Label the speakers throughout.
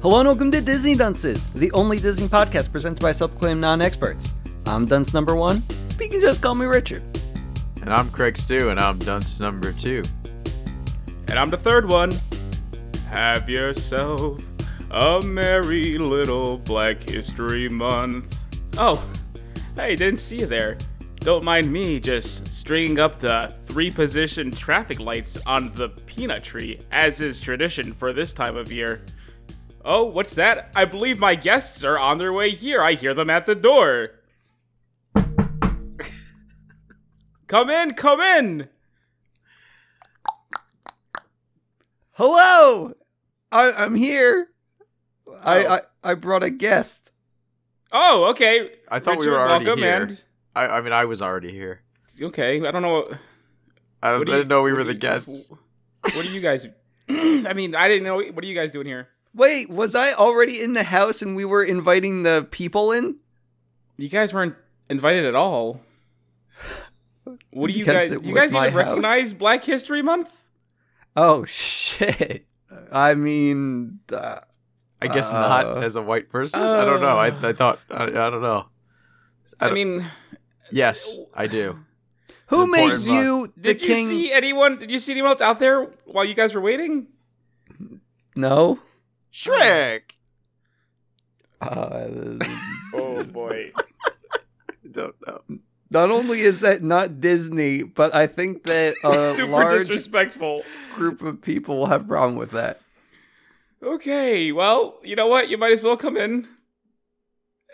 Speaker 1: Hello and welcome to Disney Dunces, the only Disney podcast presented by self-proclaimed non-experts. I'm dunce number one, but you can just call me Richard.
Speaker 2: And I'm Craig Stew, and I'm dunce number two.
Speaker 3: And I'm the third one. Have yourself a merry little Black History Month. Oh, hey, didn't see you there. Don't mind me just stringing up the three position traffic lights on the peanut tree, as is tradition for this time of year. Oh, what's that? I believe my guests are on their way here. I hear them at the door. come in, come in!
Speaker 1: Hello, I, I'm here. I, I I brought a guest.
Speaker 3: Oh, okay.
Speaker 2: I thought we
Speaker 3: Richard,
Speaker 2: were already
Speaker 3: welcome,
Speaker 2: here.
Speaker 3: and-
Speaker 2: I, I mean, I was already here.
Speaker 3: okay, I don't know. What,
Speaker 2: I,
Speaker 3: what
Speaker 2: don't, I
Speaker 3: do you-
Speaker 2: didn't know we
Speaker 3: what
Speaker 2: were
Speaker 3: do
Speaker 2: the
Speaker 3: you-
Speaker 2: guests.
Speaker 3: What are you guys? I mean, I didn't know. What are you guys doing here?
Speaker 1: Wait, was I already in the house and we were inviting the people in?
Speaker 3: You guys weren't invited at all. What do you
Speaker 1: Because
Speaker 3: guys?
Speaker 1: it
Speaker 3: Do you
Speaker 1: was
Speaker 3: guys
Speaker 1: my
Speaker 3: even
Speaker 1: house.
Speaker 3: recognize Black History Month?
Speaker 1: Oh shit! I mean, uh,
Speaker 2: I guess
Speaker 1: Uh,
Speaker 2: not as a white person. I don't know.
Speaker 3: uh,
Speaker 2: I, I thought. I, I don't know. I
Speaker 3: I,
Speaker 2: don't-
Speaker 3: mean,
Speaker 2: Yes, I do.
Speaker 1: who
Speaker 2: Important
Speaker 1: made
Speaker 2: month.
Speaker 1: you the
Speaker 3: did you
Speaker 1: king?
Speaker 3: see anyone? Did you see anyone else out there while you guys were waiting?
Speaker 1: No.
Speaker 2: Shrek.
Speaker 1: Uh,
Speaker 3: Oh boy!
Speaker 2: I don't know.
Speaker 1: not only is that not Disney, but I think that a
Speaker 3: Super
Speaker 1: Uh, large
Speaker 3: disrespectful.
Speaker 1: group of people will have a problem with that.
Speaker 3: Okay, well, you know what? You might as well come in.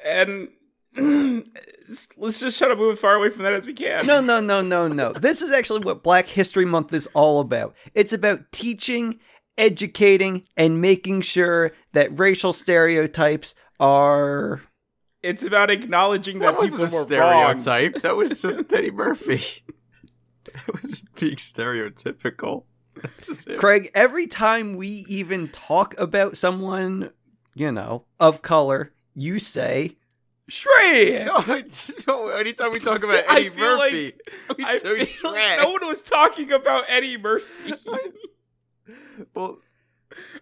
Speaker 3: And let's just try to move as far away from that as we can.
Speaker 1: No, no, no, no, no. This is actually what Black History Month is all about. It's about teaching, educating, and making sure that racial stereotypes are.
Speaker 3: It's about acknowledging that,
Speaker 2: That wasn't a
Speaker 3: people were
Speaker 2: stereotype. That was just Teddy Murphy. That was just being stereotypical. That's just him.
Speaker 1: Craig, every time we even talk about someone, you know, of color, you say, Shrek!
Speaker 2: No, it's- no, anytime we talk about
Speaker 3: I
Speaker 2: Eddie
Speaker 3: feel like-
Speaker 2: Murphy, we
Speaker 3: I
Speaker 2: do
Speaker 3: feel
Speaker 2: Shrek.
Speaker 3: like no one was talking about Eddie Murphy.
Speaker 2: well,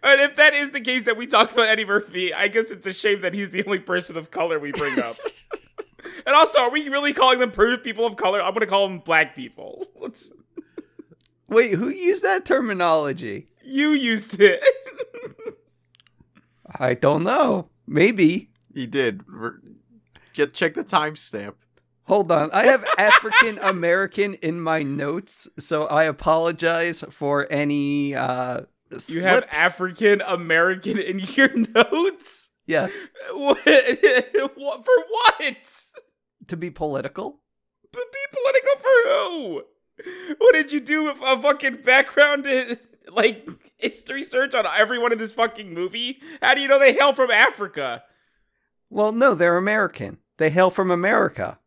Speaker 3: and if that is the case that we talk about Eddie Murphy, I guess it's a shame that he's the only person of color we bring up. and also, are we really calling them per- people of color? I'm going to call them black people. Let's,
Speaker 1: Wait, who used that terminology?
Speaker 3: you used it.
Speaker 1: I don't know. Maybe.
Speaker 2: He did. Re- Get check the timestamp.
Speaker 1: Hold on. I have African American in my notes, so I apologize for any uh
Speaker 3: you have
Speaker 1: slips.
Speaker 3: African American in your notes?
Speaker 1: Yes,
Speaker 3: What? what? For what?
Speaker 1: to be political.
Speaker 3: But be political for who? What did you do with a fucking background, uh, like history search on everyone in this fucking movie? How do you know they hail from Africa?
Speaker 1: Well, no, they're American. They hail from America.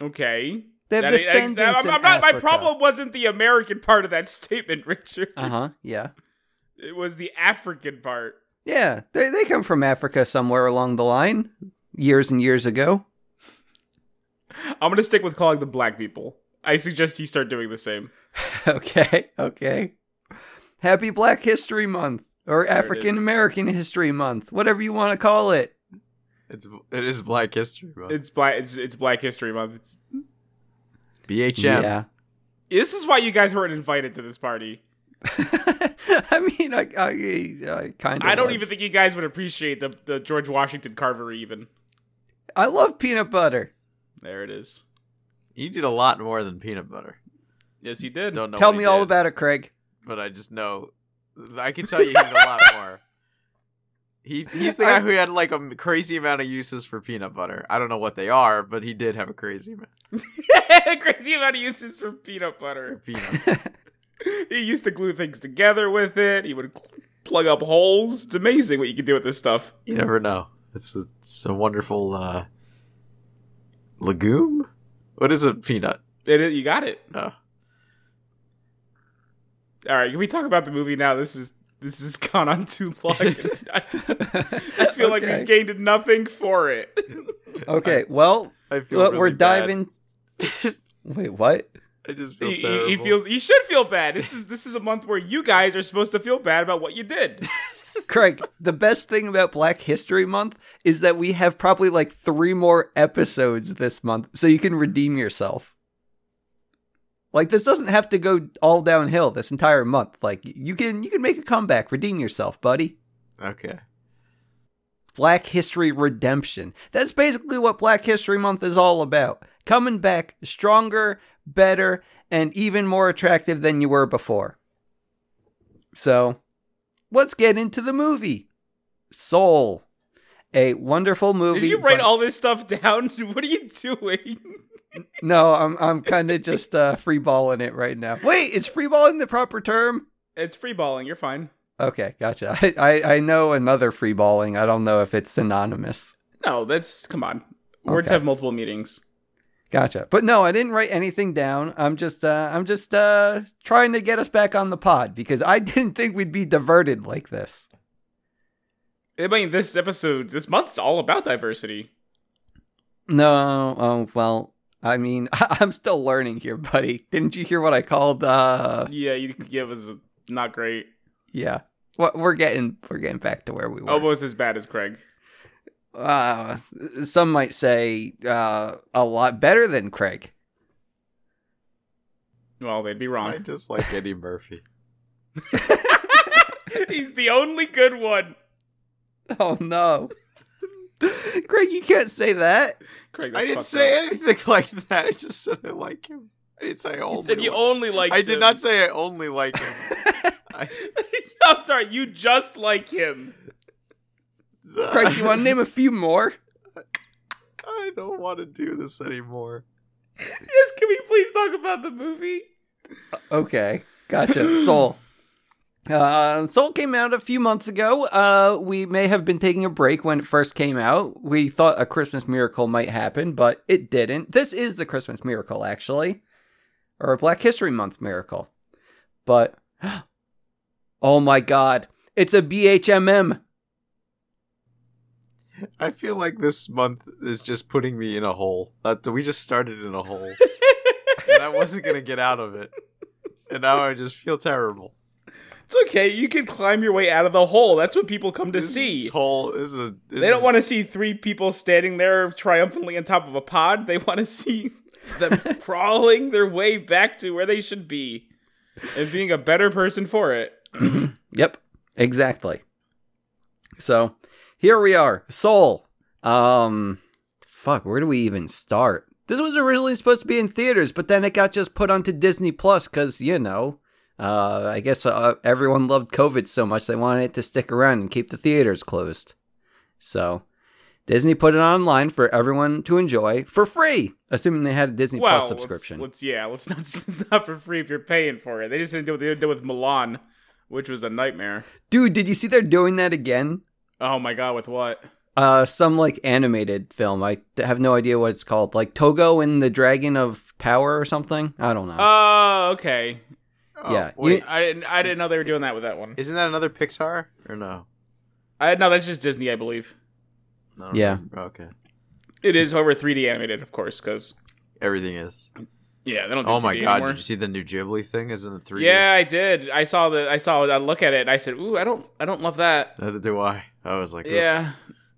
Speaker 3: Okay.
Speaker 1: They have
Speaker 3: That- that-
Speaker 1: descendants
Speaker 3: that- I'm-
Speaker 1: in
Speaker 3: I'm not- my
Speaker 1: Africa.
Speaker 3: problem wasn't the American part of that statement, Richard.
Speaker 1: Uh huh. Yeah.
Speaker 3: It was the African part.
Speaker 1: Yeah. They they come from Africa somewhere along the line, years and years ago.
Speaker 3: I'm gonna stick with calling them black people. I suggest you start doing the same.
Speaker 1: okay. Okay. Happy Black History Month or
Speaker 3: it is.
Speaker 1: African American History Month, whatever you want to call it.
Speaker 2: It's it is Black History Month.
Speaker 3: It's black. It's, it's Black History Month. It's,
Speaker 2: BHM.
Speaker 1: Yeah.
Speaker 3: this is why you guys weren't invited to this party.
Speaker 1: I mean, I, I, I kind of.
Speaker 3: I don't even think you guys would appreciate the the George Washington Carver even.
Speaker 1: I love peanut butter.
Speaker 3: There it is.
Speaker 2: He did a lot more than peanut butter.
Speaker 3: Yes, he did.
Speaker 2: Don't know.
Speaker 1: Tell
Speaker 2: what
Speaker 1: me
Speaker 2: he
Speaker 1: all
Speaker 2: did,
Speaker 1: about it, Craig.
Speaker 2: But I just know. I can tell you he did a lot more. He he's the guy who had like a m- crazy amount of uses for peanut butter. I don't know what they are, but he did have a crazy amount
Speaker 3: Crazy amount of uses for peanut butter.
Speaker 2: of peanuts.
Speaker 3: He used to glue things together with it. He would cl- plug up holes. It's amazing what you can do with this stuff.
Speaker 2: you never know. It's a, it's a wonderful uh, legume. What is a peanut?
Speaker 3: It, it- you got it.
Speaker 2: No.
Speaker 3: All right, can we talk about the movie now? This is this has gone on too long. I, I feel like
Speaker 1: Okay.
Speaker 3: we've gained nothing for it.
Speaker 1: Okay, well,
Speaker 2: I
Speaker 1: well,
Speaker 2: really
Speaker 1: we're
Speaker 2: bad.
Speaker 1: diving. Wait, what?
Speaker 2: I just feel
Speaker 3: He, he-
Speaker 2: terrible.
Speaker 3: he feels he should feel bad. This is this is a month where you guys are supposed to feel bad about what you did.
Speaker 1: Craig, the best thing about Black History Month is that we have probably like three more episodes this month, so you can redeem yourself. Like this doesn't have to go all downhill this entire month. Like you can you can make a comeback, redeem yourself, buddy.
Speaker 2: okay.
Speaker 1: Black History Redemption. That's basically what Black History Month is all about. Coming back stronger, better, and even more attractive than you were before. So, let's get into the movie. Soul. A wonderful movie.
Speaker 3: Did you write
Speaker 1: by-
Speaker 3: all this stuff down? What are you doing?
Speaker 1: No, I'm I'm kind of just uh freeballing it right now. Wait, is freeballing the proper term?
Speaker 3: It's free balling. You're fine.
Speaker 1: Okay, gotcha. I, I, I know another freeballing. I don't know if it's synonymous.
Speaker 3: No, that's come on. Words
Speaker 1: Okay.
Speaker 3: have multiple meanings.
Speaker 1: Gotcha. But no, I didn't write anything down. I'm just uh I'm just uh trying to get us back on the pod because I didn't think we'd be diverted like this.
Speaker 3: I mean, this episode, this month's all about diversity.
Speaker 1: No, oh well, I mean, I- I'm still learning here, buddy. Didn't you hear what I called uh
Speaker 3: Yeah, you yeah, it was not great.
Speaker 1: yeah. What we're getting we're getting back to where we were.
Speaker 3: Almost Oh, as bad as Craig.
Speaker 1: uh some might say uh a lot better than Craig.
Speaker 3: Well, they'd be
Speaker 2: I
Speaker 3: wrong.
Speaker 2: just like Eddie Murphy.
Speaker 3: He's the only good one.
Speaker 1: Oh no. Craig, you can't say that.
Speaker 3: Craig, that's
Speaker 2: I didn't
Speaker 3: fucked
Speaker 2: say
Speaker 3: up.
Speaker 2: anything like that. I just said I like him. I didn't say I only.
Speaker 3: You said you
Speaker 2: like-
Speaker 3: only like.
Speaker 2: I did not say I only like him. I just,
Speaker 3: I'm sorry. You just like him.
Speaker 1: Craig, you want to name a few more?
Speaker 2: I don't want to do this anymore.
Speaker 3: Yes. Can we please talk about the movie?
Speaker 1: Okay, gotcha. Soul. Uh, Soul came out a few months ago. Uh, we may have been taking a break when it first came out. We thought a Christmas miracle might happen, but it didn't. This is the Christmas miracle, actually, or a Black History Month miracle. But oh my God, it's a BHMM.
Speaker 2: I feel like this month is just putting me in a hole. That we just started in a hole, and I wasn't gonna get out of it. And now I just feel terrible.
Speaker 3: It's okay. You can climb your way out of the hole. That's what people come to
Speaker 2: This
Speaker 3: see.
Speaker 2: hole is a.
Speaker 3: They don't want to see three people standing there triumphantly on top of a pod. They want to see them crawling their way back to where they should be and being a better person for it.
Speaker 1: Yep, exactly. So here we are, Soul. Um, fuck, where do we even start? This was originally supposed to be in theaters, but then it got just put onto Disney Plus because you know, uh, I guess uh, everyone loved COVID so much they wanted it to stick around and keep the theaters closed. So Disney put it online for everyone to enjoy for free, assuming they had a Disney
Speaker 3: Well,
Speaker 1: Plus
Speaker 3: let's-
Speaker 1: subscription.
Speaker 3: Let's, yeah, let's not. It's not for free if you're paying for it. They just didn't do what they did with Milan, which was a nightmare.
Speaker 1: Dude, did you see they're doing that again?
Speaker 3: Oh my god, with what?
Speaker 1: Uh, some like animated film. I d- have no idea what it's called. Like Togo and the Dragon of Power or something. I don't know.
Speaker 2: Uh-huh.
Speaker 3: Oh, okay.
Speaker 1: yeah,
Speaker 2: oh, wait,
Speaker 1: you-
Speaker 3: I didn't. I didn't know they were doing that with that one.
Speaker 2: isn't that another Pixar or no?
Speaker 3: I no, that's just Disney, I believe.
Speaker 2: no
Speaker 1: Yeah.
Speaker 2: Okay.
Speaker 3: It is, however, 3D animated, of course, because
Speaker 2: Everything is.
Speaker 3: yeah, they don't. Do
Speaker 2: Oh my
Speaker 3: 2D
Speaker 2: god!
Speaker 3: anymore.
Speaker 2: Did you see the new Ghibli thing? Isn't it three?
Speaker 3: Yeah, I did. I saw the. I saw. it. I look at it. and I said, "Ooh, I don't. I don't love that."
Speaker 2: Neither do I. I was like, oof,
Speaker 3: Yeah,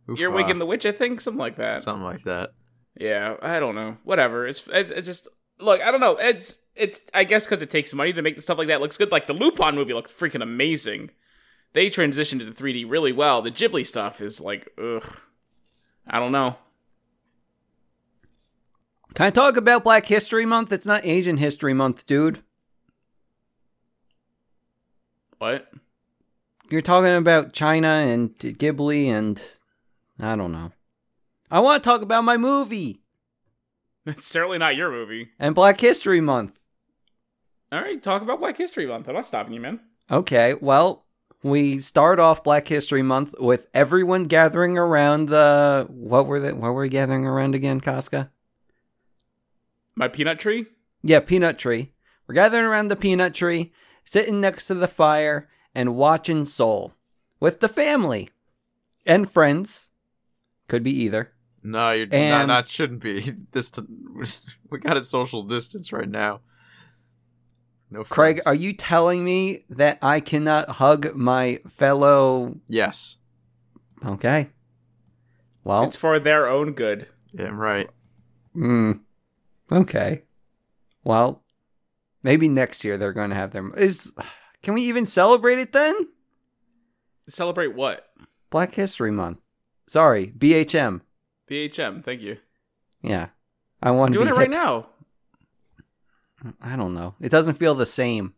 Speaker 2: oof,
Speaker 3: you're
Speaker 2: uh,
Speaker 3: waking the witch. I think something like that.
Speaker 2: something like that.
Speaker 3: Yeah, I don't know. Whatever. It's it's, it's just look. I don't know. It's it's. I guess because it takes money to make the stuff like that looks good. Like the Lupin movie looks freaking amazing. They transitioned to the 3D really well. The Ghibli stuff is like, ugh. I don't know.
Speaker 1: Can I talk about Black History Month? It's not Asian History Month, dude.
Speaker 3: What?
Speaker 1: You're talking about China and Ghibli and I don't know. I want to talk about my movie
Speaker 3: It's certainly not your movie.
Speaker 1: and Black History Month.
Speaker 3: All right, talk about Black History Month. I'm not stopping you, man.
Speaker 1: Okay, well, we start off Black History Month with everyone gathering around the what were the what were we gathering around again, Casca?
Speaker 3: My peanut tree?
Speaker 1: Yeah, peanut tree. We're gathering around the peanut tree, sitting next to the fire, and watching Soul with the family and friends. Could be either.
Speaker 2: No, you're
Speaker 1: And-
Speaker 2: not, not shouldn't be. This t- we got a social distance right now. No,
Speaker 1: Craig,
Speaker 2: friends.
Speaker 1: are you telling me that I cannot hug my fellow?
Speaker 2: Yes,
Speaker 1: Okay. Well,
Speaker 3: It's for their own good.
Speaker 2: yeah, I'm right.
Speaker 1: mm, okay. Well, maybe next year they're going to have their. Is can we even celebrate it then?
Speaker 3: Celebrate what?
Speaker 1: Black History Month. Sorry, BHM.
Speaker 3: BHM, thank you.
Speaker 1: Yeah, I want to
Speaker 3: doing
Speaker 1: be
Speaker 3: it
Speaker 1: hip.
Speaker 3: right now.
Speaker 1: I don't know. It doesn't feel the same.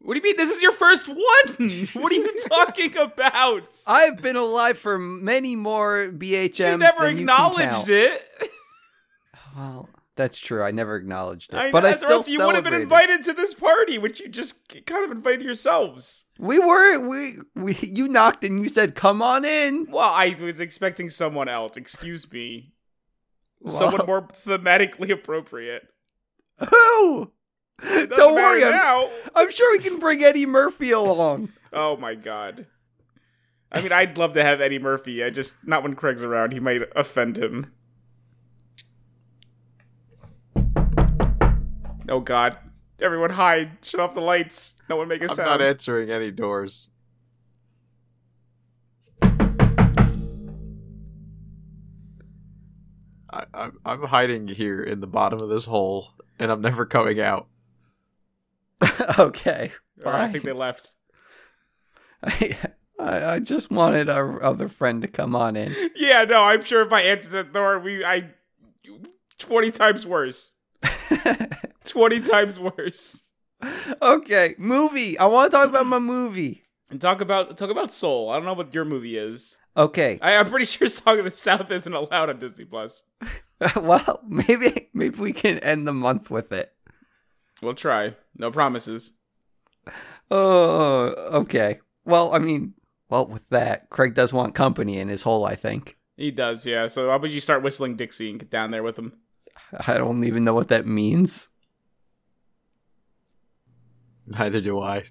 Speaker 3: What do you mean? This is your first one. what are you talking about?
Speaker 1: I've been alive for many more BHM.
Speaker 3: you never
Speaker 1: than
Speaker 3: acknowledged
Speaker 1: you
Speaker 3: it.
Speaker 1: can count. Well, that's true. I never acknowledged it,
Speaker 3: I-
Speaker 1: but I
Speaker 3: or
Speaker 1: still
Speaker 3: else you would have been
Speaker 1: celebrated.
Speaker 3: invited to this party, which you just k- kind of invited yourselves.
Speaker 1: We were we we you knocked and you said come on in.
Speaker 3: Well, I was expecting someone else. Excuse me,
Speaker 1: Well,
Speaker 3: someone more thematically appropriate.
Speaker 1: Who?
Speaker 3: It doesn't
Speaker 1: Don't worry,
Speaker 3: matter
Speaker 1: I'm,
Speaker 3: now.
Speaker 1: I'm sure we can bring Eddie Murphy along.
Speaker 3: Oh my god. I mean, I'd love to have Eddie Murphy. I just not when Craig's around. He might offend him. Oh god. Everyone hide. Shut off the lights. No one make a
Speaker 2: I'm
Speaker 3: sound.
Speaker 2: not answering any doors. I, I'm I'm hiding here in the bottom of this hole, and I'm never coming out.
Speaker 1: okay.
Speaker 3: Or I
Speaker 1: Fine.
Speaker 3: think they left.
Speaker 1: I, I just wanted our other friend to come on in.
Speaker 3: Yeah, no, I'm sure if I answered that door, we I twenty times worse. twenty times worse.
Speaker 1: okay, movie. I want to talk about my movie.
Speaker 3: And talk about talk about Soul. I don't know what your movie is.
Speaker 1: Okay.
Speaker 3: I, I'm pretty sure Song of the South isn't allowed on Disney Plus.
Speaker 1: well, maybe maybe we can end the month with it.
Speaker 3: We'll try. No promises.
Speaker 1: Oh, okay. Well, I mean, well, with that, Craig does want company in his hole, I think.
Speaker 3: He does, yeah. So how about you start whistling Dixie and get down there with him?
Speaker 1: I don't even know what that means.
Speaker 2: Neither do I.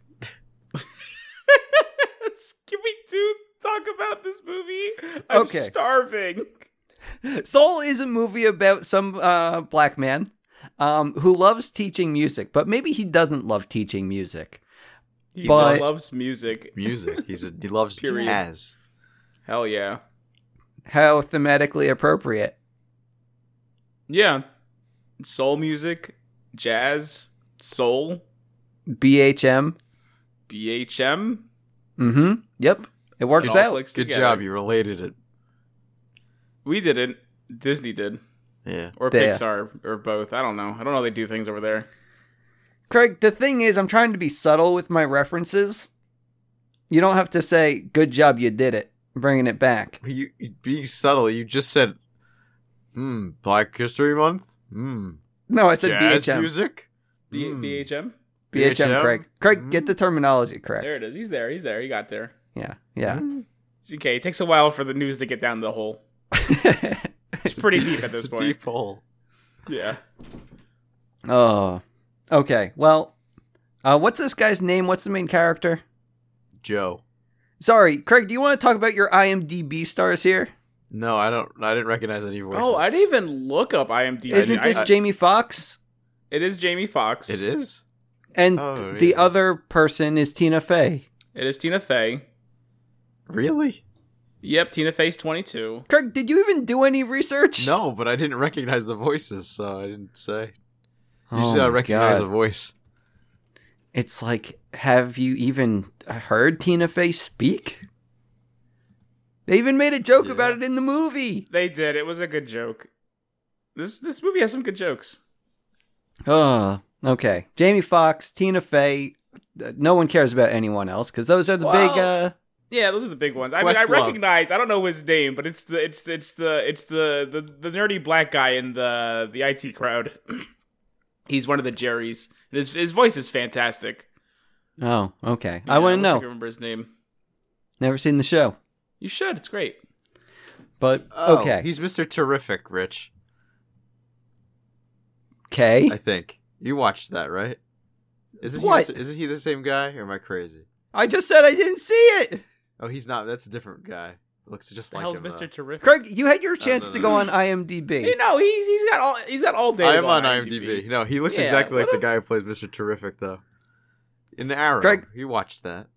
Speaker 3: Can we do talk about this movie? I'm
Speaker 1: Okay.
Speaker 3: starving.
Speaker 1: Soul is a movie about some uh, black man um, who loves teaching music, but maybe he doesn't love teaching music.
Speaker 3: He
Speaker 1: But-
Speaker 3: just loves music.
Speaker 2: Music. He's a, he loves
Speaker 3: Period.
Speaker 2: jazz.
Speaker 3: Hell yeah.
Speaker 1: How thematically appropriate.
Speaker 3: Yeah. Soul music, jazz, soul,
Speaker 1: BHM.
Speaker 3: BHM.
Speaker 1: Mm hmm. Yep. It works
Speaker 3: It all
Speaker 1: out.
Speaker 3: clicks
Speaker 2: Good
Speaker 3: together.
Speaker 2: job. You related it.
Speaker 3: We didn't. Disney did.
Speaker 2: Yeah.
Speaker 3: Or
Speaker 1: Yeah.
Speaker 3: Pixar or both. I don't know. I don't know how they do things over there.
Speaker 1: Craig, the thing is, I'm trying to be subtle with my references. You don't have to say, good job, you did it. I'm bringing it back.
Speaker 2: You, you being subtle. You just said, "Hmm, Black History Month. Hmm,
Speaker 1: No, I said
Speaker 2: jazz
Speaker 1: BHM.
Speaker 2: music.
Speaker 3: B-
Speaker 2: Hmm.
Speaker 3: BHM?
Speaker 1: BHM,
Speaker 2: BHM?
Speaker 1: Craig. Craig, get
Speaker 2: Mm-hmm.
Speaker 1: the terminology
Speaker 3: There
Speaker 1: correct.
Speaker 3: it is. He's there. He's there. He got there.
Speaker 1: Yeah, yeah.
Speaker 2: Mm-hmm.
Speaker 3: It's okay. It takes a while for the news to get down the hole. It's pretty deep at
Speaker 2: It's
Speaker 3: this
Speaker 2: a
Speaker 3: point.
Speaker 2: deep hole.
Speaker 3: Yeah.
Speaker 1: oh, okay. Well, uh, what's this guy's name? What's the main character?
Speaker 2: Joe.
Speaker 1: Sorry, Craig. Do you want to talk about your IMDb stars here?
Speaker 2: No, I don't. I didn't recognize any voices.
Speaker 3: Oh, I didn't even look up IMDb.
Speaker 1: Isn't this
Speaker 3: I-
Speaker 1: Jamie Fox?
Speaker 3: it is Jamie Fox.
Speaker 2: It is.
Speaker 1: And
Speaker 2: Oh,
Speaker 1: th-
Speaker 2: it
Speaker 1: the
Speaker 2: is.
Speaker 1: other person is Tina Fey.
Speaker 3: It is Tina Fey.
Speaker 2: Really?
Speaker 3: Yep, Tina Fey's 22.
Speaker 1: Craig, did you even do any research?
Speaker 2: No, but I didn't recognize the voices, so I didn't say.
Speaker 1: Oh
Speaker 2: Usually, I
Speaker 1: my
Speaker 2: uh, recognize
Speaker 1: God.
Speaker 2: a voice.
Speaker 1: It's like, have you even heard Tina Fey speak? They even made a joke
Speaker 2: Yeah.
Speaker 1: about it in the movie.
Speaker 3: They did. It was a good joke. This this movie has some good jokes.
Speaker 1: Oh, okay. Jamie Foxx, Tina Fey, Uh, No one cares about anyone else because those are the big.
Speaker 3: Well-
Speaker 1: Uh,
Speaker 3: Yeah, those are the big ones. I mean, I
Speaker 2: Questlove.
Speaker 3: recognize. I don't know his name, but it's the it's it's the it's the the, the nerdy black guy in the the IT crowd. He's one of the Jerrys. And His his voice is fantastic.
Speaker 1: oh, okay.
Speaker 3: Yeah,
Speaker 1: I wouldn't
Speaker 3: wish I could
Speaker 1: know.
Speaker 3: remember his name.
Speaker 1: Never seen the show,
Speaker 3: You should. It's great.
Speaker 1: but
Speaker 2: Oh,
Speaker 1: okay.
Speaker 2: He's Mr. Terrific, Rich.
Speaker 1: Okay.
Speaker 2: I think you watched that, right? Isn't
Speaker 1: What?
Speaker 2: He, the- isn't he the same guy, or am I crazy?
Speaker 1: I just said I didn't see it.
Speaker 2: Oh, he's not. That's a different guy. Looks just
Speaker 3: The
Speaker 2: like
Speaker 3: hell's
Speaker 2: him.
Speaker 3: Mister Terrific?
Speaker 1: Craig, you had your chance
Speaker 2: no,
Speaker 1: to
Speaker 2: no,
Speaker 1: go
Speaker 2: no.
Speaker 1: on IMDb.
Speaker 3: You know, he's he's got all he's got all day.
Speaker 2: though. I am
Speaker 3: long
Speaker 2: on IMDb. No, he looks
Speaker 3: Yeah,
Speaker 2: exactly like
Speaker 3: what
Speaker 2: the
Speaker 3: a-
Speaker 2: guy who plays Mr. Terrific, though. In Arrow,
Speaker 1: Greg-
Speaker 2: you watched that.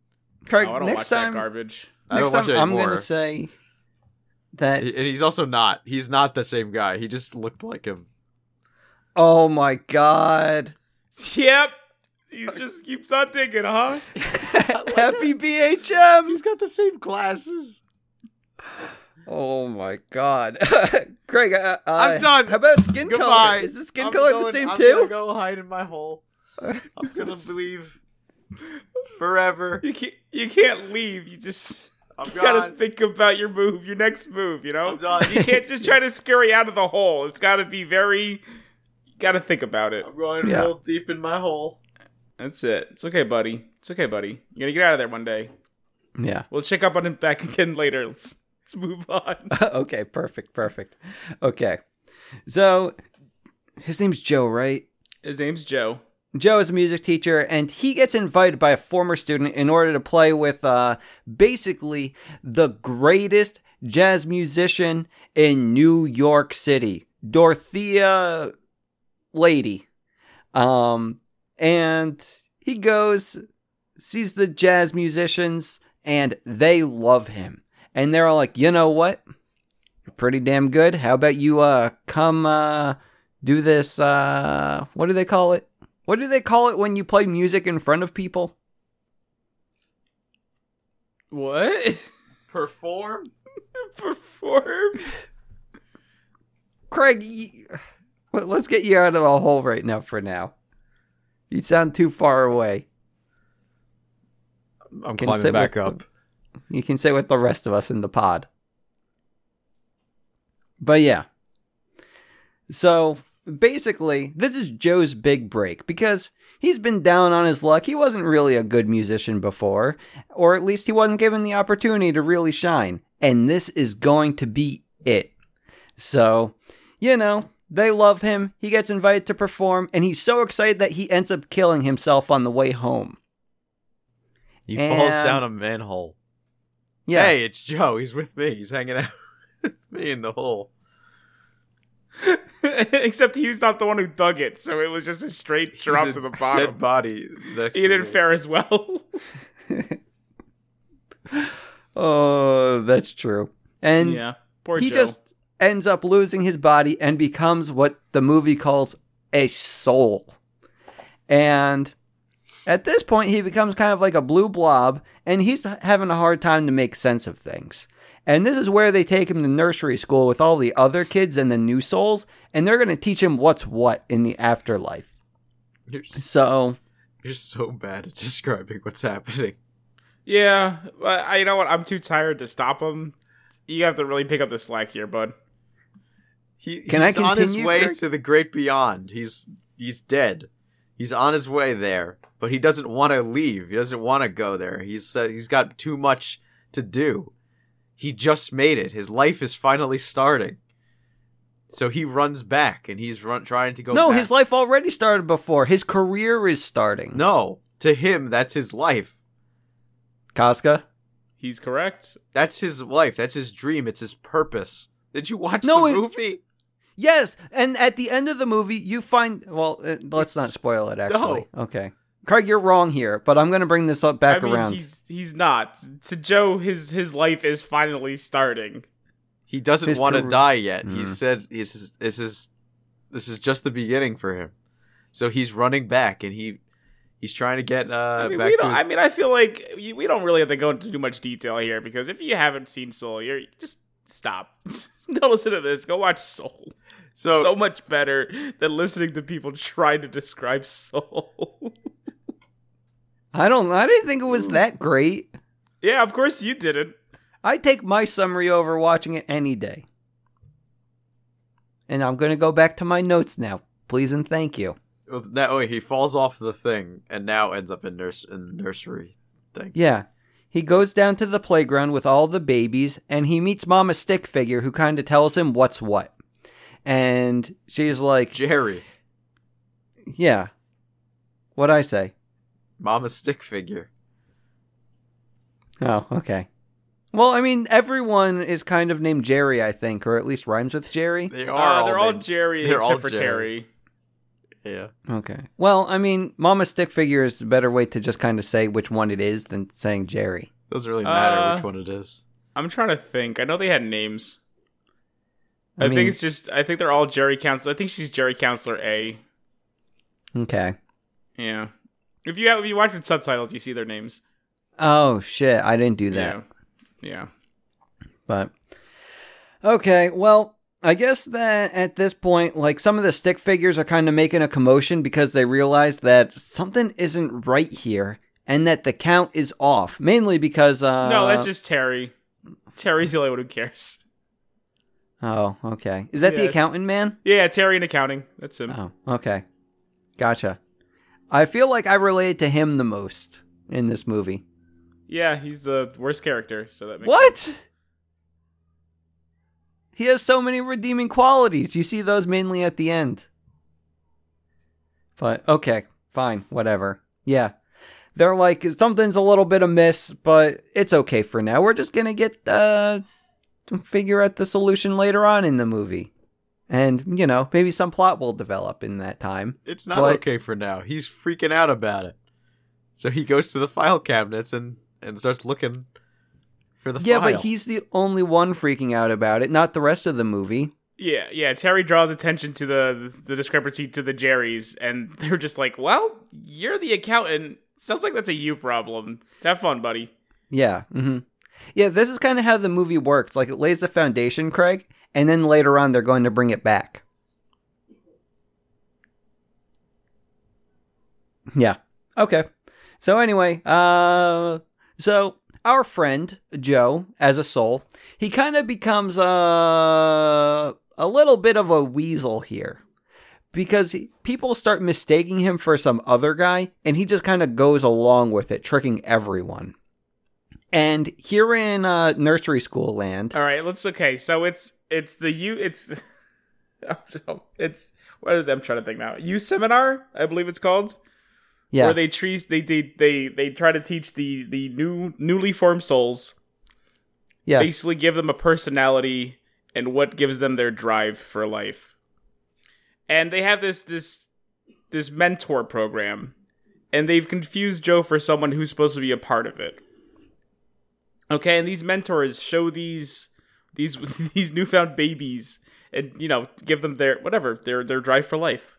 Speaker 1: Craig,
Speaker 3: Oh, I don't
Speaker 1: next
Speaker 3: watch
Speaker 1: time,
Speaker 3: that garbage.
Speaker 2: I
Speaker 1: next
Speaker 2: don't watch
Speaker 1: time
Speaker 2: it
Speaker 1: I'm
Speaker 2: anymore.
Speaker 1: gonna say that.
Speaker 2: He- and he's also not. He's not the same guy. He just looked like him.
Speaker 1: Oh my god!
Speaker 3: Yep. He just keeps on digging, huh?
Speaker 1: Happy BHM.
Speaker 2: He's got the same glasses.
Speaker 1: Oh my god, Craig! Uh, uh,
Speaker 2: I'm done.
Speaker 1: How about skin color?
Speaker 2: Goodbye.
Speaker 1: Is the skin
Speaker 2: I'm
Speaker 1: color the
Speaker 2: going-
Speaker 1: same
Speaker 2: I'm
Speaker 1: too?
Speaker 2: Gonna go hide in my hole. I'm gonna believe forever.
Speaker 3: You can't you can't leave. You just
Speaker 2: I'm
Speaker 3: you gotta
Speaker 2: gone.
Speaker 3: think about your move, your next move. You know,
Speaker 2: I'm done.
Speaker 3: you can't just try to scurry out of the hole. It's gotta be very. You gotta think about it.
Speaker 2: I'm going
Speaker 1: Yeah.
Speaker 2: real deep in my hole.
Speaker 3: That's it. It's okay, buddy. It's okay, buddy. You're gonna get out of there one day.
Speaker 1: Yeah.
Speaker 3: We'll check up on him back again later. Let's, let's move on.
Speaker 1: okay. Perfect. Perfect. Okay. So his name's Joe, right?
Speaker 3: His name's Joe.
Speaker 1: Joe is a music teacher, and he gets invited by a former student in order to play with uh, basically the greatest jazz musician in New York City, Dorothea Lady. Um, and he goes, sees the jazz musicians, and they love him. And they're all like, you know what? You're pretty damn good. How about you uh, come uh, do this? Uh, what do they call it? What do they call it when you play music in front of people?
Speaker 3: What?
Speaker 2: Perform?
Speaker 3: Perform?
Speaker 1: Craig, y Well, let's get you out of the hole right now for now. You sound too far away.
Speaker 2: I'm
Speaker 1: Can sit
Speaker 2: climbing back
Speaker 1: with
Speaker 2: up.
Speaker 1: the- you can sit with the rest of us in the pod. But yeah. So basically, this is Joe's big break because he's been down on his luck. He wasn't really a good musician before, or at least he wasn't given the opportunity to really shine. And this is going to be it. So, you know, they love him. He gets invited to perform, and he's so excited that he ends up killing himself on the way home.
Speaker 2: He
Speaker 1: And-
Speaker 2: falls down a manhole.
Speaker 1: Yeah.
Speaker 2: Hey, it's Joe. He's with me. He's hanging out with me in the hole.
Speaker 3: Except he's not the one who dug it, so it was just a straight drop
Speaker 2: He's a
Speaker 3: to the bottom.
Speaker 2: Dead body. Next
Speaker 3: he
Speaker 2: to
Speaker 3: didn't
Speaker 2: me.
Speaker 3: fare as well.
Speaker 1: Oh, that's true. And
Speaker 3: yeah, poor
Speaker 1: he
Speaker 3: Joe.
Speaker 1: just ends up losing his body and becomes what the movie calls a soul. And at this point, he becomes kind of like a blue blob, and he's having a hard time to make sense of things. And this is where they take him to nursery school with all the other kids and the new souls, and they're going to teach him what's what in the afterlife.
Speaker 2: You're, s-
Speaker 1: So,
Speaker 2: you're so bad at describing what's happening.
Speaker 3: yeah, but I, you know what? I'm too tired to stop him. You have to really pick up the slack here, bud.
Speaker 2: He,
Speaker 1: Can I
Speaker 2: he's on his
Speaker 1: continue,
Speaker 2: way
Speaker 1: Kirk?
Speaker 2: to the great beyond. He's he's dead. He's on his way there, but he doesn't want to leave. He doesn't want to go there. He's uh, he's got too much to do. He just made it. His life is finally starting. So he runs back, and he's run, trying to go.
Speaker 1: no,
Speaker 2: back.
Speaker 1: his life already started before. His career is starting.
Speaker 2: No, to him, that's his life.
Speaker 1: Casca?
Speaker 3: He's correct.
Speaker 2: That's his life. That's his dream. It's his purpose. Did you watch
Speaker 1: No,
Speaker 2: the
Speaker 1: it-
Speaker 2: movie?
Speaker 1: Yes, and at the end of the movie, you find. Well, uh, let's not spoil it. Actually, okay, Craig, you're wrong here, but I'm going to bring this up back
Speaker 3: I mean,
Speaker 1: around.
Speaker 3: he's he's not. To Joe, his his life is finally starting.
Speaker 2: He doesn't
Speaker 1: His
Speaker 2: want to
Speaker 1: career-
Speaker 2: die yet.
Speaker 1: Mm.
Speaker 2: He said this is this is this is just the beginning for him. So he's running back and he he's trying to get uh
Speaker 3: I mean,
Speaker 2: back
Speaker 3: we
Speaker 2: to
Speaker 3: don't,
Speaker 2: his,
Speaker 3: I mean, I feel like you- we don't really have to go into too much detail here because if you haven't seen Soul, you're just stop. don't listen to this. Go watch Soul.
Speaker 2: so,
Speaker 3: so much better than listening to people trying to describe Soul.
Speaker 1: I don't. I didn't think it was that great.
Speaker 3: Yeah, of course you didn't.
Speaker 1: I take my summary over watching it any day. And I'm gonna go back to my notes now. Please and thank you.
Speaker 2: Well, That way he falls off the thing and now ends up in nurse in nursery thing.
Speaker 1: Yeah. He goes down to the playground with all the babies and he meets Mama Stick Figure who kind of tells him what's what. And she's like,
Speaker 2: Jerry,
Speaker 1: Yeah. What'd I say?
Speaker 2: Mama stick figure.
Speaker 1: Oh, okay. Well, I mean, everyone is kind of named Jerry, I think, or at least rhymes with Jerry.
Speaker 2: They
Speaker 3: Uh,
Speaker 2: are.
Speaker 3: they're all
Speaker 2: named-
Speaker 3: Jerry
Speaker 2: they're
Speaker 3: except
Speaker 2: all
Speaker 3: for
Speaker 2: Jerry.
Speaker 3: Terry.
Speaker 2: Yeah.
Speaker 1: Okay. Well, I mean, Mama Stick Figure is a better way to just kind of say which one it is than saying Jerry.
Speaker 2: Doesn't really matter
Speaker 3: Uh,
Speaker 2: which one it is.
Speaker 3: I'm trying to think. I know they had names. I,
Speaker 1: I, mean,
Speaker 3: think it's just. I think they're all Jerry Counselor. I think she's Jerry Counselor A.
Speaker 1: okay.
Speaker 3: Yeah. If you have, if you watch with subtitles, you see their names.
Speaker 1: Oh shit, I didn't do that.
Speaker 3: Yeah. Yeah.
Speaker 1: But okay, well, I guess that at this point, like some of the stick figures are kind of making a commotion because they realize that something isn't right here and that the count is off. Mainly because uh,
Speaker 3: no, that's just Terry. Terry's the only one who cares.
Speaker 1: oh, okay. Is that
Speaker 3: Yeah.
Speaker 1: the accountant man?
Speaker 3: Yeah, Terry in accounting. That's him.
Speaker 1: Oh, okay, gotcha. I feel like I related to him the most in this movie.
Speaker 3: Yeah, he's the worst character. So that makes
Speaker 1: What? He has so many redeeming qualities. You see those mainly at the end. But okay, fine, whatever. Yeah. They're like something's a little bit amiss, but it's okay for now. We're just gonna get uh to figure out the solution later on in the movie. And, you know, maybe some plot will develop in that time.
Speaker 2: It's not
Speaker 1: But-
Speaker 2: okay for now. He's freaking out about it. So he goes to the file cabinets and and starts looking for the
Speaker 1: yeah,
Speaker 2: file.
Speaker 1: but he's the only one freaking out about it, not the rest of the movie.
Speaker 3: Yeah, yeah. Terry draws attention to the the discrepancy to the Jerry's, and they're just like, "Well, you're the accountant. Sounds like that's a you problem. Have fun, buddy."
Speaker 1: Yeah. hmm
Speaker 2: Mm-hmm.
Speaker 1: Yeah, this is kind of how the movie works. Like, it lays the foundation, Craig, and then later on, they're going to bring it back. Yeah. Okay. So, anyway, uh, so our friend, Joe, as a soul, he kind of becomes uh, a little bit of a weasel here because he- people start mistaking him for some other guy, and he just kind of goes along with it, tricking everyone. And here in uh, nursery school land,
Speaker 3: All right, let's. Okay, so it's it's the you it's it's what are they, I'm trying to think now. You seminar, I believe it's called.
Speaker 1: yeah,
Speaker 3: Where they trees they they they they try to teach the the new newly formed souls.
Speaker 1: yeah,
Speaker 3: basically give them a personality and what gives them their drive for life. And they have this this this mentor program, and they've confused Joe for someone who's supposed to be a part of it. Okay, and these mentors show these these these newfound babies and you know give them their whatever their their drive for life.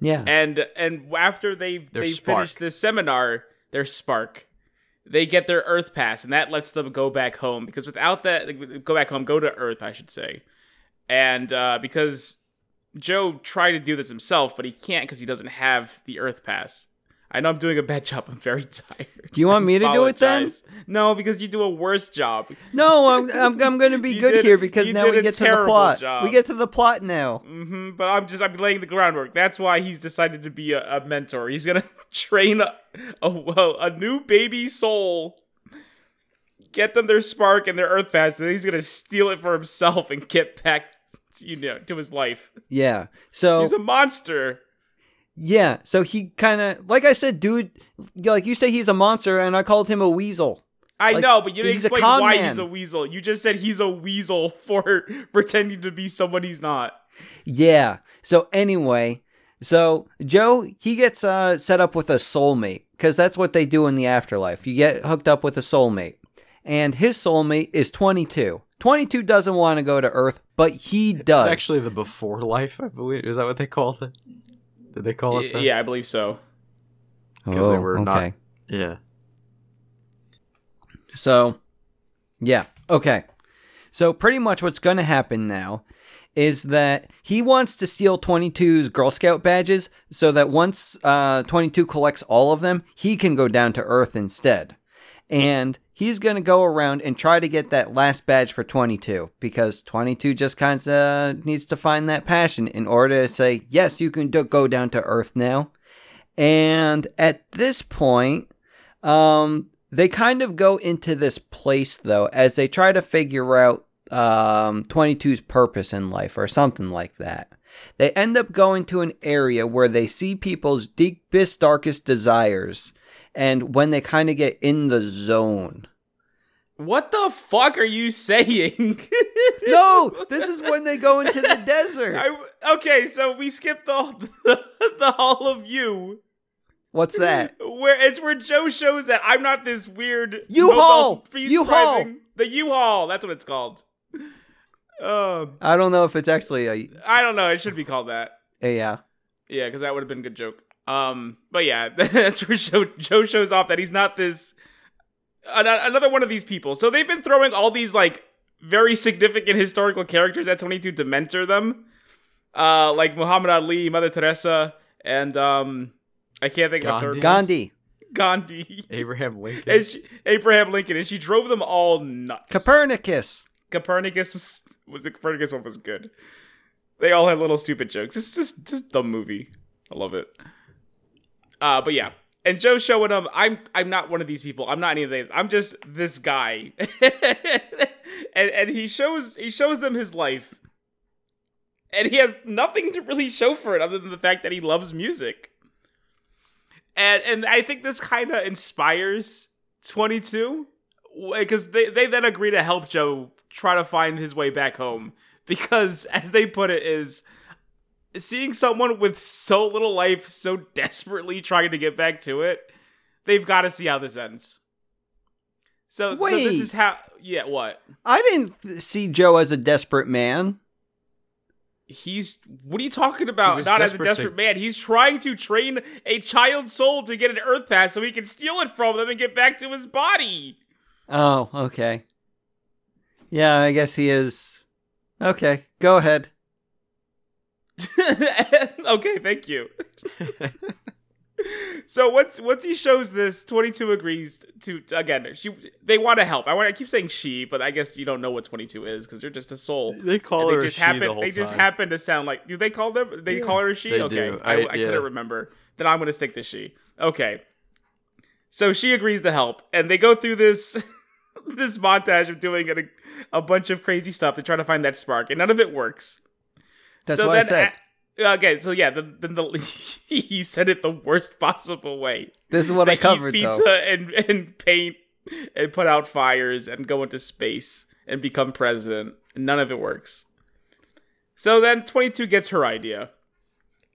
Speaker 1: yeah,
Speaker 3: And and after they
Speaker 2: Their
Speaker 3: they
Speaker 2: spark.
Speaker 3: finish this seminar, their spark, they get their Earth pass, and that lets them go back home. Because without that, go back home, go to Earth, I should say. And uh, because Joe tried to do this himself, but he can't because he doesn't have the Earth pass. I know I'm doing a bad job. I'm very tired.
Speaker 1: Do you want me to do it then?
Speaker 3: Apologize. No, because you do a worse job.
Speaker 1: No, I'm I'm, I'm going to be
Speaker 3: You
Speaker 1: good
Speaker 3: did-
Speaker 1: here because
Speaker 3: you
Speaker 1: now
Speaker 3: did
Speaker 1: we
Speaker 3: a
Speaker 1: get to the
Speaker 3: terrible
Speaker 1: plot.
Speaker 3: job.
Speaker 1: We get to the plot now.
Speaker 3: hmm but I'm just I'm laying the groundwork. That's why he's decided to be a, a mentor. He's gonna train a, a well a new baby soul, get them their spark and their earth pass, and then he's gonna steal it for himself and get back to, you know to his life.
Speaker 1: Yeah. So
Speaker 3: He's a monster.
Speaker 1: yeah, so he kind of like I said, dude, like you say, he's a monster, and I called him a weasel.
Speaker 3: I
Speaker 1: Like,
Speaker 3: know, but you didn't
Speaker 1: he's a
Speaker 3: explain
Speaker 1: con
Speaker 3: why
Speaker 1: man.
Speaker 3: he's a weasel. You just said he's a weasel for pretending to be someone he's not.
Speaker 1: Yeah. So anyway, so Joe he gets uh, set up with a soulmate because that's what they do in the afterlife. You get hooked up with a soulmate, and his soulmate is 22. 22 doesn't want to go to Earth, but he does.
Speaker 2: it's actually the before life, I believe. Is that what they called it? Did they call it that?
Speaker 3: yeah, I believe so.
Speaker 2: 'cause they
Speaker 1: Oh,
Speaker 2: were not- Yeah.
Speaker 1: So, yeah. Okay. So pretty much what's going to happen now is that he wants to steal 22's Girl Scout badges so that once uh, 22 collects all of them, he can go down to Earth instead. And he's going to go around and try to get that last badge for 22 because 22 just kind of needs to find that passion in order to say, yes, you can do- go down to Earth now. And at this point, um, they kind of go into this place though as they try to figure out um 22's purpose in life or something like that. They end up going to an area where they see people's deepest darkest desires and when they kind of get in the zone.
Speaker 3: What the fuck are you saying?
Speaker 1: No, this is when they go into the desert.
Speaker 3: I, okay, so we skipped the, the the Hall of You,
Speaker 1: What's that?
Speaker 3: where it's where Joe shows that I'm not this weird
Speaker 1: U-Haul!
Speaker 3: Nobel Peace
Speaker 1: U-Haul!
Speaker 3: Prizing- The U-Haul, that's what it's called. Um,
Speaker 1: I don't know if it's actually a
Speaker 3: I don't know. It should be called that.
Speaker 1: a uh,
Speaker 3: Yeah, because that would have been a good joke. Um, but yeah, that's where Joe, Joe shows off that he's not this an- another one of these people. So they've been throwing all these like very significant historical characters at 22 to mentor them, uh, like Muhammad Ali, Mother Teresa, and um, I can't think of a third one.
Speaker 1: Gandhi,
Speaker 3: Gandhi.
Speaker 2: Abraham Lincoln.
Speaker 3: And she, Abraham Lincoln, and she drove them all nuts.
Speaker 1: Copernicus.
Speaker 3: Copernicus was, was the Copernicus one was good. They all had little stupid jokes. It's just just dumb movie. I love it. Uh, but yeah, and Joe showing him, I'm I'm not one of these people. I'm not any of these. I'm just this guy. and and he shows he shows them his life, and he has nothing to really show for it other than the fact that he loves music. And and I think this kind of inspires twenty two because they, they then agree to help Joe try to find his way back home because as they put it is seeing someone with so little life so desperately trying to get back to it they've got to see how this ends so, so this
Speaker 1: Wait.
Speaker 3: is how yeah what
Speaker 1: I didn't see Joe as a desperate man.
Speaker 3: he's what are you talking about
Speaker 2: He was
Speaker 3: not as a
Speaker 2: desperate to-
Speaker 3: desperate man he's trying to train a child soul to get an earth pass so he can steal it from them and get back to his body
Speaker 1: Oh, okay. Yeah, I guess he is. Okay, go ahead.
Speaker 3: okay, thank you. so once once he shows this, twenty two agrees to, to- again. She they want to help. I want. I keep saying she, but I guess you don't know what twenty two is because they're just a soul.
Speaker 2: they call
Speaker 3: And
Speaker 2: her a
Speaker 3: they just
Speaker 2: she
Speaker 3: happen.
Speaker 2: the whole
Speaker 3: they just
Speaker 2: time.
Speaker 3: happen to sound like. Do they call them? They call her a she.
Speaker 2: They
Speaker 3: okay,
Speaker 2: do.
Speaker 3: I,
Speaker 2: I-
Speaker 3: I,
Speaker 2: yeah.
Speaker 3: couldn't remember. Then I'm gonna stick to she. Okay. So she agrees to help, and they go through this this montage of doing a, a bunch of crazy stuff to try to find that spark, and none of it works.
Speaker 1: That's what I said.
Speaker 3: a- okay, so yeah, then, then the you said it the worst possible way.
Speaker 1: this is what
Speaker 3: They
Speaker 1: I
Speaker 3: eat
Speaker 1: covered,
Speaker 3: pizza
Speaker 1: though.
Speaker 3: and and paint and put out fires and go into space and become president. None of it works. So then 22 gets her idea.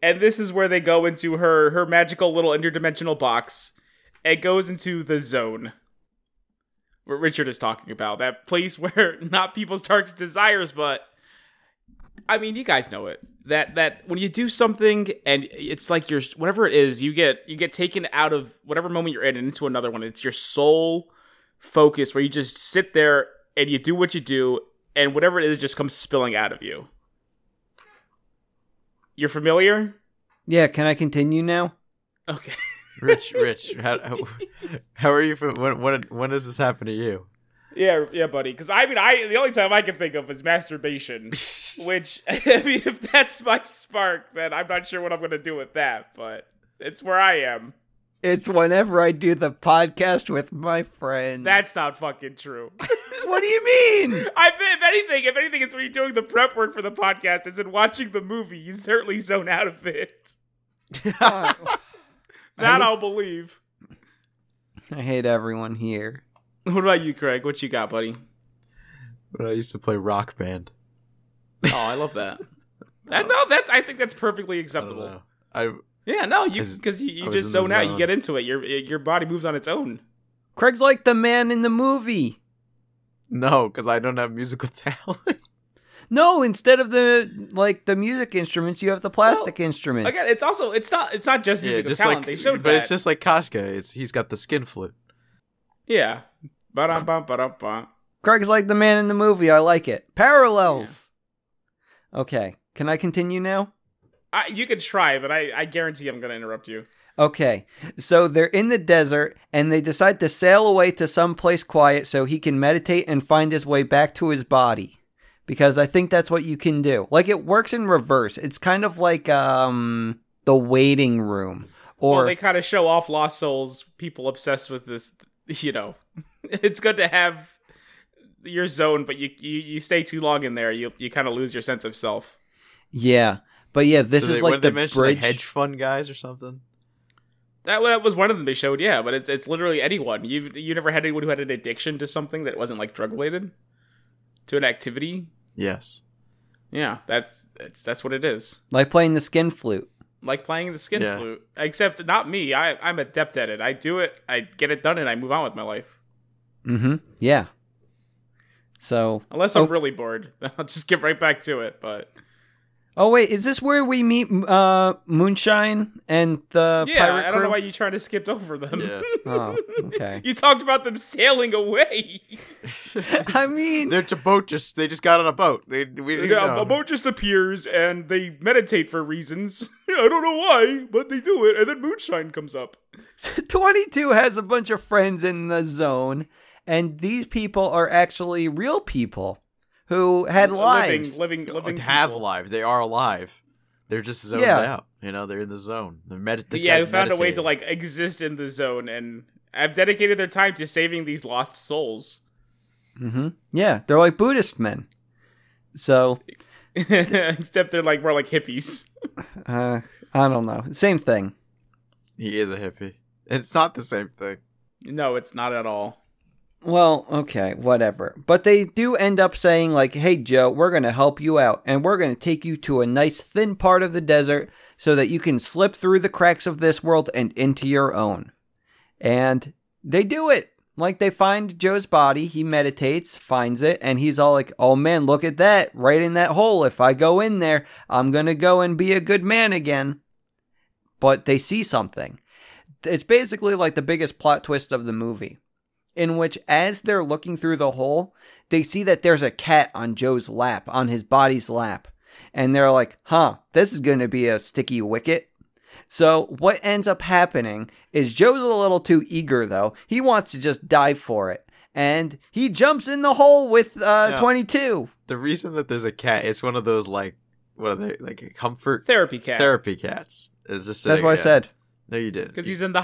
Speaker 3: And this is where they go into her her magical little interdimensional box and goes into the zone. What Richard is talking about. That place where not people's darkest desires, but I mean, you guys know it. That that when you do something and it's like your whatever it is, you get you get taken out of whatever moment you're in and into another one. It's your sole focus where you just sit there and you do what you do, and whatever it is just comes spilling out of you. You're familiar?
Speaker 1: Yeah, can I continue now?
Speaker 3: Okay.
Speaker 2: Rich, Rich, how, how- how are you? fe- When, when, when does this happen to you?
Speaker 3: Yeah, yeah, buddy. Because I mean, I the only time I can think of is masturbation, which I mean, if that's my spark, then I'm not sure what I'm gonna do with that. But it's where I am.
Speaker 1: It's whenever I do the podcast with my friends.
Speaker 3: That's not fucking true.
Speaker 1: What do you mean?
Speaker 3: I if anything, if anything, it's when you're doing the prep work for the podcast, is in watching the movie. You certainly zone out of it.
Speaker 1: I
Speaker 3: That I'll believe.
Speaker 1: hate everyone here.
Speaker 3: What about you, Craig? What you got, buddy?
Speaker 2: When I used to play rock band.
Speaker 3: Oh, I love that. That- no, that's. I think that's perfectly
Speaker 2: I don't
Speaker 3: acceptable.
Speaker 2: know. I
Speaker 3: Yeah, no, you
Speaker 2: Is-
Speaker 3: because you,
Speaker 2: I
Speaker 3: you
Speaker 2: was
Speaker 3: just
Speaker 2: in the
Speaker 3: zone out. You
Speaker 2: zone.
Speaker 3: get into it. Your your body moves on its own.
Speaker 1: Craig's like the man in the movie.
Speaker 2: no, because I don't have musical talent.
Speaker 1: No, instead of the like the music instruments, you have the plastic instruments.
Speaker 3: Again, it's also it's not it's not just musical talent. they showed
Speaker 2: but
Speaker 3: that.
Speaker 2: it's just like Koshka. It's he's got the skin flute.
Speaker 3: yeah. Ba-dum-bum, ba-dum-bum.
Speaker 1: Craig's like the man in the movie. I like it. Parallels. Okay. Can I continue now?
Speaker 3: I, you could try, but I, I guarantee I'm going to interrupt you.
Speaker 1: Okay. So they're in the desert and they decide to sail away to some place quiet so he can meditate and find his way back to his body. Because I think that's what you can do. Like it works in reverse. It's kind of like um the waiting room or
Speaker 3: well, they kind of show off Lost Souls people obsessed with this. You know, it's good to have your zone, but you you, you stay too long in there, you you kind of lose your sense of self.
Speaker 1: yeah. But yeah, this
Speaker 2: So
Speaker 1: is
Speaker 2: they- what
Speaker 1: like
Speaker 2: did they
Speaker 1: the
Speaker 2: mention,
Speaker 1: bridge.
Speaker 2: hedge fund guys or something.
Speaker 3: That, that was one of them they showed, yeah. But it's it's literally anyone. You you never had anyone who had an addiction to something that wasn't like drug related, to an activity.
Speaker 2: Yes.
Speaker 3: Yeah, that's that's that's what it is.
Speaker 1: like playing the skin flute.
Speaker 3: Like playing the skin
Speaker 2: Yeah.
Speaker 3: flute, except not me. I I'm adept at it. I do it. I get it done, and I move on with my life.
Speaker 1: Mm-hmm. Yeah. So
Speaker 3: Unless I'm
Speaker 1: Oh.
Speaker 3: really bored, then I'll just get right back to it. But
Speaker 1: Oh wait, is this where we meet uh Moonshine and the
Speaker 3: yeah,
Speaker 1: pirate
Speaker 3: I don't
Speaker 1: crew?
Speaker 3: know why you tried to skip over them.
Speaker 2: Yeah.
Speaker 1: oh, okay.
Speaker 3: You talked about them sailing away.
Speaker 1: I mean,
Speaker 2: Their boat just they just got on a boat. They we didn't
Speaker 3: Yeah,
Speaker 2: know.
Speaker 3: a boat just appears and they meditate for reasons. I don't know why, but they do it, and then moonshine comes up.
Speaker 1: 22 has a bunch of friends in the zone and these people are actually real people who had lives.
Speaker 3: living, living, living.
Speaker 2: They have
Speaker 3: people.
Speaker 2: lives. They are alive. They're just zoned
Speaker 1: Yeah.
Speaker 2: out. You know, they're in the zone. They're med- this
Speaker 3: yeah,
Speaker 2: guy's
Speaker 3: who found a way to
Speaker 2: meditating.
Speaker 3: like exist in the zone, and have dedicated their time to saving these lost souls.
Speaker 1: Mhm. Yeah, they're like Buddhist men. So,
Speaker 3: Except they're like more like hippies.
Speaker 1: uh I don't know. Same thing.
Speaker 2: He is a hippie. It's not the same thing.
Speaker 3: No, it's not at all.
Speaker 1: Well, okay, whatever. But they do end up saying, like, hey, Joe, we're going to help you out and we're going to take you to a nice thin part of the desert so that you can slip through the cracks of this world and into your own. And they do it. Like, they find Joe's body. He meditates, finds it, and he's all like, oh man, look at that, right in that hole. If I go in there, I'm going to go and be a good man again. But they see something. It's basically like the biggest plot twist of the movie in which as they're looking through the hole, they see that there's a cat on Joe's lap, on his body's lap. And they're like, huh, this is going to be a sticky wicket. So what ends up happening is Joe's a little too eager, though. He wants to just dive for it. And he jumps in the hole with uh,
Speaker 2: Yeah.
Speaker 1: 22.
Speaker 2: The reason that there's a cat, it's one of those like what are they like a comfort
Speaker 3: Therapy cat.
Speaker 2: therapy cats. It's just
Speaker 1: That's
Speaker 2: sitting
Speaker 1: what I
Speaker 2: there.
Speaker 1: said.
Speaker 2: No, you didn't.
Speaker 3: Because he's in the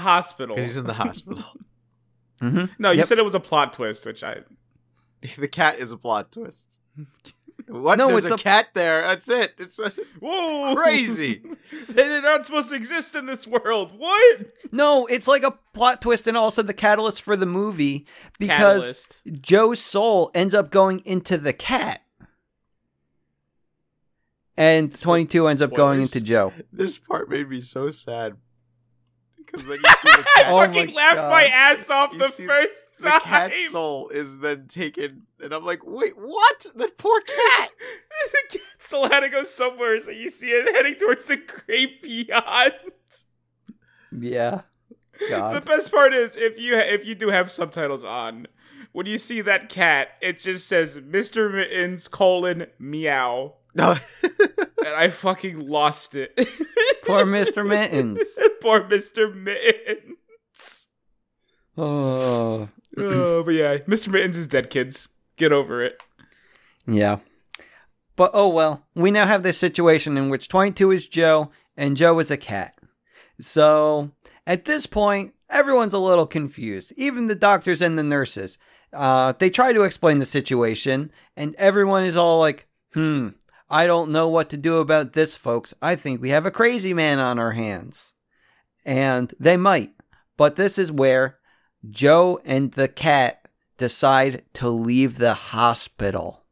Speaker 3: hospital.
Speaker 2: 'Cause he's in the hospital.
Speaker 1: Mm-hmm.
Speaker 3: no, you
Speaker 1: Yep.
Speaker 3: said it was a plot twist, which I
Speaker 2: the cat is a plot twist. What?
Speaker 1: No,
Speaker 2: there's
Speaker 1: it's
Speaker 2: a,
Speaker 1: a-
Speaker 2: cat there. That's it. It's a...
Speaker 3: whoa
Speaker 2: Crazy.
Speaker 3: They're not supposed to exist in this world. What?
Speaker 1: No, it's like a plot twist and also the catalyst for the movie because
Speaker 3: Catalyst.
Speaker 1: Joe's soul ends up going into the cat. And 22 ends up going
Speaker 3: Spoilers.
Speaker 1: into Joe.
Speaker 2: this part made me so sad because then you see the cat.
Speaker 1: Oh
Speaker 3: I
Speaker 1: my
Speaker 3: fucking laughed my
Speaker 1: God.
Speaker 3: ass off
Speaker 2: You
Speaker 3: the
Speaker 2: see
Speaker 3: first
Speaker 2: the
Speaker 3: time.
Speaker 2: cat soul is then taken, and I'm like, wait, what? That poor cat.
Speaker 3: the cat soul had to go somewhere, so you see it heading towards the great beyond.
Speaker 1: Yeah.
Speaker 3: The
Speaker 1: God.
Speaker 3: best part is if you if you do have subtitles on, when you see that cat, it just says Mr. Mittens colon meow,
Speaker 2: No,
Speaker 3: and I fucking lost it.
Speaker 1: Poor Mr. Mittens.
Speaker 3: Poor Mr. Mittens.
Speaker 1: Oh.
Speaker 3: Oh, but yeah, Mr. Mittens is dead, kids. Get over it.
Speaker 1: Yeah. But oh well, we now have this situation in which 22 is Joe and Joe is a cat. So at this point, everyone's a little confused, even the doctors and the nurses. Uh, they try to explain the situation, and everyone is all like, hmm, I don't know what to do about this, folks. I think we have a crazy man on our hands. And they might, but this is where Joe and the cat decide to leave the hospital.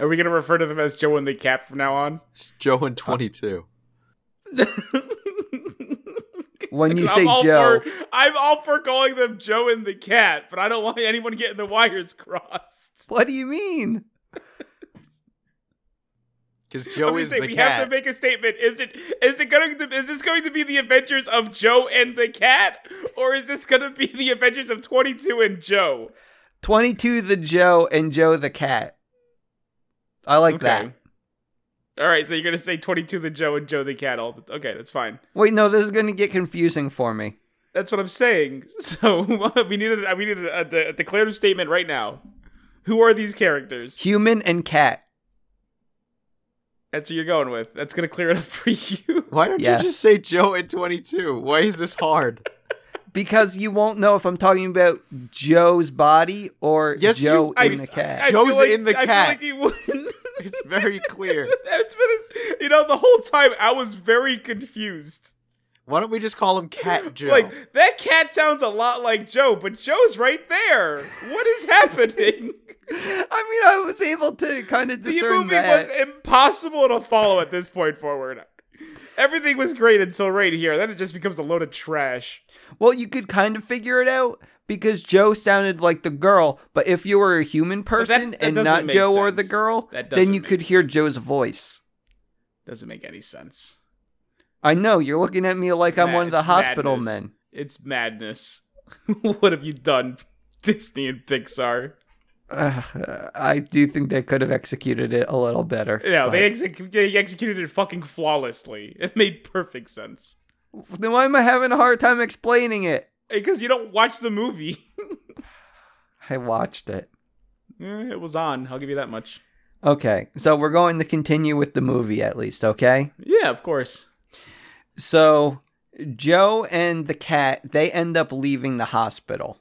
Speaker 3: Are we gonna refer to them as Joe and the Cat from now on?
Speaker 2: Joe and 22.
Speaker 1: When you
Speaker 3: I'm
Speaker 1: say
Speaker 3: all
Speaker 1: Joe,
Speaker 3: for- I'm all for calling them Joe and the Cat, but I don't want anyone getting the wires crossed.
Speaker 1: what do you mean?
Speaker 2: Because
Speaker 3: I'm
Speaker 2: Joe
Speaker 3: just
Speaker 2: is
Speaker 3: saying,
Speaker 2: the
Speaker 3: we
Speaker 2: cat.
Speaker 3: have to make a statement. Is it is it going to is this going to be the adventures of Joe and the Cat, or is this going to be the adventures of Twenty Two and Joe?
Speaker 1: 22 the Joe and Joe the cat. I like that.
Speaker 3: Okay. All right, so you're gonna say 22 the Joe and Joe the cat all the Okay, that's fine.
Speaker 1: Wait, no, this is going to get confusing for me.
Speaker 3: That's what I'm saying. So we need a, we need a, a, de- a declarative statement right now. Who are these characters?
Speaker 1: Human and cat.
Speaker 3: That's what you're going with. That's gonna clear it up for you.
Speaker 2: Why don't
Speaker 1: Yes.
Speaker 2: you just say Joe at 22? Why is this hard?
Speaker 1: Because you won't know if I'm talking about Joe's body or
Speaker 2: Yes, you-
Speaker 1: Joe
Speaker 3: I-
Speaker 1: in the cat.
Speaker 3: I feel
Speaker 2: Joe's in the
Speaker 3: I feel
Speaker 2: cat.
Speaker 3: like he wouldn't.
Speaker 2: It's very clear.
Speaker 3: That's been, you know, the whole time I was very confused.
Speaker 2: Why don't we just call him Cat Joe?
Speaker 3: Like that cat sounds a lot like Joe, but Joe's right there. What is happening?
Speaker 1: I, mean, I was able to kind of
Speaker 3: the
Speaker 1: discern
Speaker 3: movie
Speaker 1: that.
Speaker 3: was impossible to follow at this point forward. Everything was great until right here. Then it just becomes a load of trash.
Speaker 1: Well, you could kind of figure it out because Joe sounded like the girl, but if you were a human person
Speaker 3: that
Speaker 1: and
Speaker 3: doesn't
Speaker 1: not
Speaker 3: make
Speaker 1: Joe or the
Speaker 3: sense.
Speaker 1: girl,
Speaker 3: That
Speaker 1: then
Speaker 3: doesn't
Speaker 1: you
Speaker 3: make
Speaker 1: could hear Joe's voice.
Speaker 3: Doesn't make any sense.
Speaker 1: I know you're looking at me like I'm
Speaker 3: Mad-
Speaker 1: one of the
Speaker 3: it's
Speaker 1: hospital
Speaker 3: madness.
Speaker 1: men.
Speaker 3: It's madness. what have you done, Disney and Pixar?
Speaker 1: Ugh, I do think they could have executed it a little better.
Speaker 3: Yeah,
Speaker 1: but-
Speaker 3: they, exec- they executed it fucking flawlessly. It made perfect sense
Speaker 1: Then why am I having a hard time explaining it?
Speaker 3: because you don't watch the movie.
Speaker 1: I watched it.
Speaker 3: Eh, it was on. I'll give you that much.
Speaker 1: Okay, so we're going to continue with the movie at least, okay?
Speaker 3: Yeah, of course.
Speaker 1: So Joe and the cat, they end up leaving the hospital.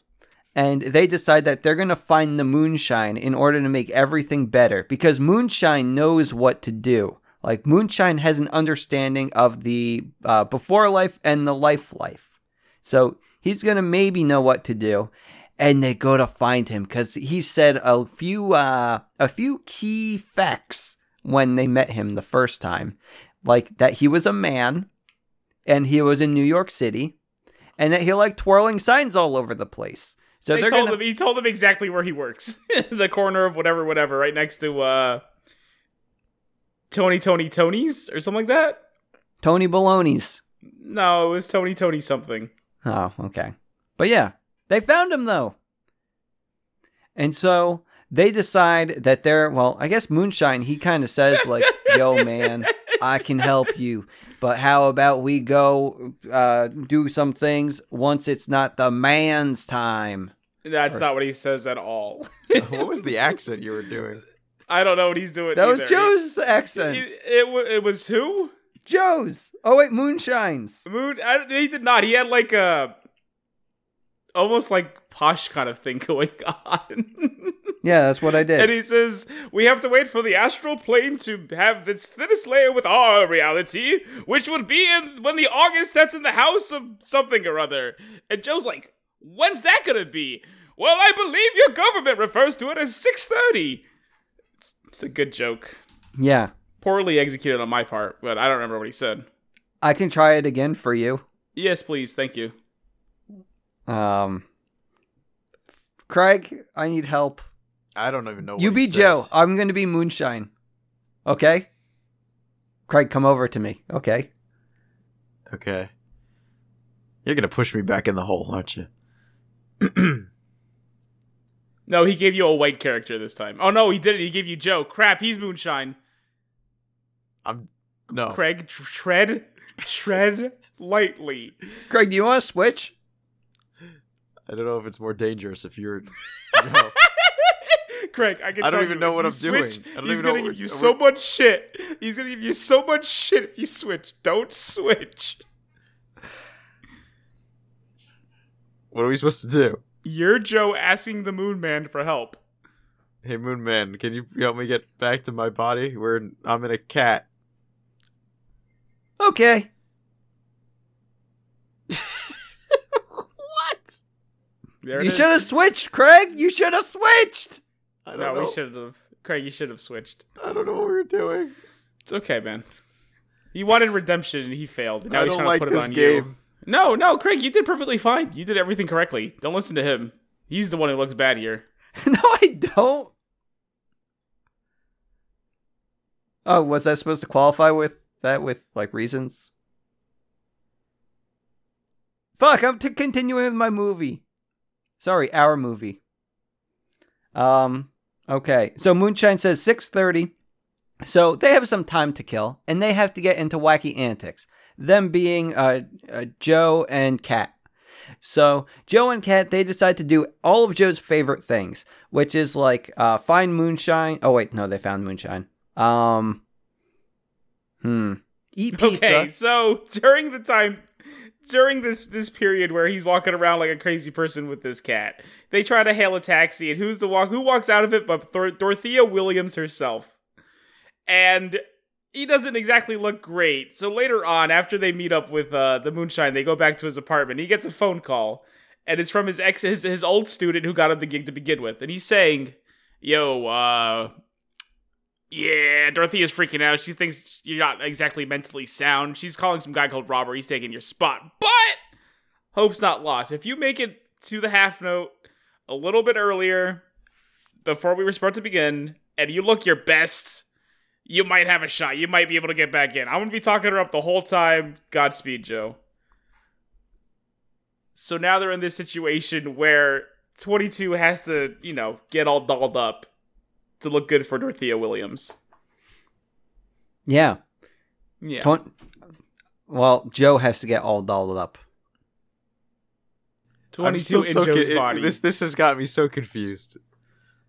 Speaker 1: And they decide that they're going to find the moonshine in order to make everything better because moonshine knows what to do. Like moonshine has an understanding of the uh, before life and the life life. So he's going to maybe know what to do. And they go to find him because he said a few uh, a few key facts when they met him the first time, like that he was a man, and he was in New York City, and that he liked twirling signs all over the place. So
Speaker 3: they
Speaker 1: are
Speaker 3: told
Speaker 1: gonna
Speaker 3: him he told them exactly where he works. the corner of whatever, whatever, right next to uh Tony Tony Tony's or something like that.
Speaker 1: Tony Baloney's.
Speaker 3: No, it was Tony Tony something.
Speaker 1: Oh, okay. But yeah, they found him though. And so they decide that they're well, I guess Moonshine, he kind of says like, "Yo man, I can help you, but how about we go uh do some things once it's not the man's time."
Speaker 3: That's
Speaker 1: Or-
Speaker 3: not what he says at all.
Speaker 2: what was the accent you were doing?
Speaker 3: I don't know what he's doing.
Speaker 1: That was
Speaker 3: either.
Speaker 1: Joe's
Speaker 3: He-
Speaker 1: accent.
Speaker 3: It, it, wa- it was who?
Speaker 1: Joe's. Oh wait, Moonshine's.
Speaker 3: Moon. I, he did not. He had like a almost like posh kind of thing going on.
Speaker 1: Yeah, that's what I did.
Speaker 3: And he says, We have to wait for the astral plane to have its thinnest layer with our reality, which would be in, when the August sets in the house of something or other. And Joe's like, When's that gonna be? Well, I believe your government refers to it as 630. It's, it's a good joke.
Speaker 1: yeah.
Speaker 3: Poorly executed on my part, but I don't remember what he said.
Speaker 1: I can try it again for you.
Speaker 3: Yes, please. Thank you.
Speaker 1: Um Craig, I need help.
Speaker 2: I don't even know.
Speaker 1: You
Speaker 2: what
Speaker 1: be
Speaker 2: he says.
Speaker 1: Joe. I'm going to be Moonshine. Okay? Craig, come over to me. Okay.
Speaker 2: Okay. You're gonna push me back in the hole, aren't you?
Speaker 3: No, he gave you a white character this time. Oh, no, he didn't. He gave you Joe. Crap, he's Moonshine.
Speaker 2: I'm no.
Speaker 3: Craig, tr- tread, tread lightly.
Speaker 1: Craig, do you want to switch?
Speaker 2: I don't know if it's more dangerous if you're. No.
Speaker 3: Craig, I can.
Speaker 2: I don't
Speaker 3: tell
Speaker 2: even
Speaker 3: you,
Speaker 2: know
Speaker 3: if
Speaker 2: what
Speaker 3: you
Speaker 2: I'm doing.
Speaker 3: switch,
Speaker 2: I don't
Speaker 3: he's
Speaker 2: even know
Speaker 3: gonna
Speaker 2: what
Speaker 3: give you
Speaker 2: we're-
Speaker 3: so much shit. He's gonna give you so much shit if you switch. Don't switch.
Speaker 2: what are we supposed to do?
Speaker 3: You're Joe asking the Moon Man for help.
Speaker 2: Hey, Moon Man, can you help me get back to my body? Where I'm in a cat.
Speaker 1: Okay.
Speaker 2: What?
Speaker 3: There it
Speaker 1: you
Speaker 3: is.
Speaker 1: should have switched, Craig. You should have switched.
Speaker 2: I don't
Speaker 3: No,
Speaker 2: know.
Speaker 3: we should have. Craig, you should have switched.
Speaker 2: I don't know what we were doing.
Speaker 3: It's okay, man. He wanted redemption and he failed. Now
Speaker 2: I
Speaker 3: he's
Speaker 2: don't
Speaker 3: trying
Speaker 2: like
Speaker 3: to put
Speaker 2: this
Speaker 3: it on you.
Speaker 2: game.
Speaker 3: No, no, Craig, you did perfectly fine. You did everything correctly. Don't listen to him. He's the one who looks bad here.
Speaker 1: no, I don't. Oh, was I supposed to qualify with that with like reasons? Fuck, I'm t- continuing with my movie. Sorry, our movie. Um, okay. So Moonshine says 6:30. So they have some time to kill, and they have to get into wacky antics. Them being uh, uh, Joe and Kat. So Joe and Kat they decide to do all of Joe's favorite things, which is like uh, find moonshine. Oh wait, no, they found moonshine. Um, hmm. Eat pizza.
Speaker 3: Okay, so during the time during this this period where he's walking around like a crazy person with this cat, they try to hail a taxi, and who's the walk who walks out of it but Thor- Dorothea Williams herself, and he doesn't exactly look great. So later on, after they meet up with uh, the moonshine, they go back to his apartment. He gets a phone call, and it's from his ex his his old student who got him the gig to begin with, and he's saying, "Yo, uh." Yeah, Dorothea's freaking out. She thinks you're not exactly mentally sound. She's calling some guy called Robert. He's taking your spot. But hope's not lost. If you make it to the half note a little bit earlier, before we were supposed to begin, and you look your best, you might have a shot. You might be able to get back in. I'm going to be talking her up the whole time. Godspeed, Joe. So now they're in this situation where 22 has to, you know, get all dolled up to look good for Dorothea Williams.
Speaker 1: Yeah.
Speaker 3: Yeah.
Speaker 1: Twen- well, Joe has to get all dolled up.
Speaker 2: I'm
Speaker 3: 22 in
Speaker 2: still so
Speaker 3: Joe's
Speaker 2: con- it-
Speaker 3: body.
Speaker 2: this this has got me so confused.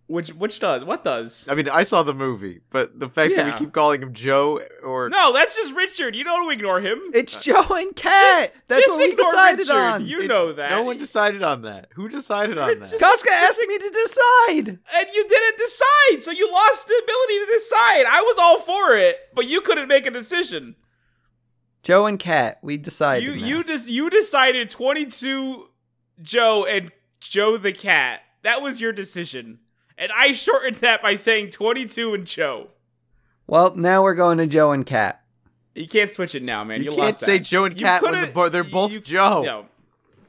Speaker 3: which which does? What does?
Speaker 2: I mean, I saw the movie, but the fact that we
Speaker 3: Yeah.
Speaker 2: keep calling him Joe or
Speaker 3: No, that's just Richard. You don't ignore him. Uh,
Speaker 1: It's Joe and Kat.
Speaker 3: Just-
Speaker 1: That's
Speaker 3: just
Speaker 1: what we
Speaker 3: ignore
Speaker 1: decided
Speaker 3: Richard.
Speaker 1: on.
Speaker 3: You
Speaker 2: It's-
Speaker 3: know that.
Speaker 2: no one decided on that. Who decided on that?
Speaker 3: Just-
Speaker 1: Casca asked me to decide.
Speaker 3: and you didn't decide, so you lost the ability to decide. I was all for it, but you couldn't make a decision.
Speaker 1: Joe and Kat, we decided.
Speaker 3: you
Speaker 1: now.
Speaker 3: you just you decided 22 Joe and Joe the cat. That was your decision. And I shortened that by saying 22 and Joe.
Speaker 1: well, now we're going to Joe and Kat.
Speaker 3: You can't switch it now, man.
Speaker 2: You
Speaker 3: You,
Speaker 2: can't
Speaker 3: lost
Speaker 2: say
Speaker 3: that.
Speaker 2: Joe and
Speaker 3: You
Speaker 2: Kat when
Speaker 3: couldn't-
Speaker 2: the bo- they're both Joe.
Speaker 3: No.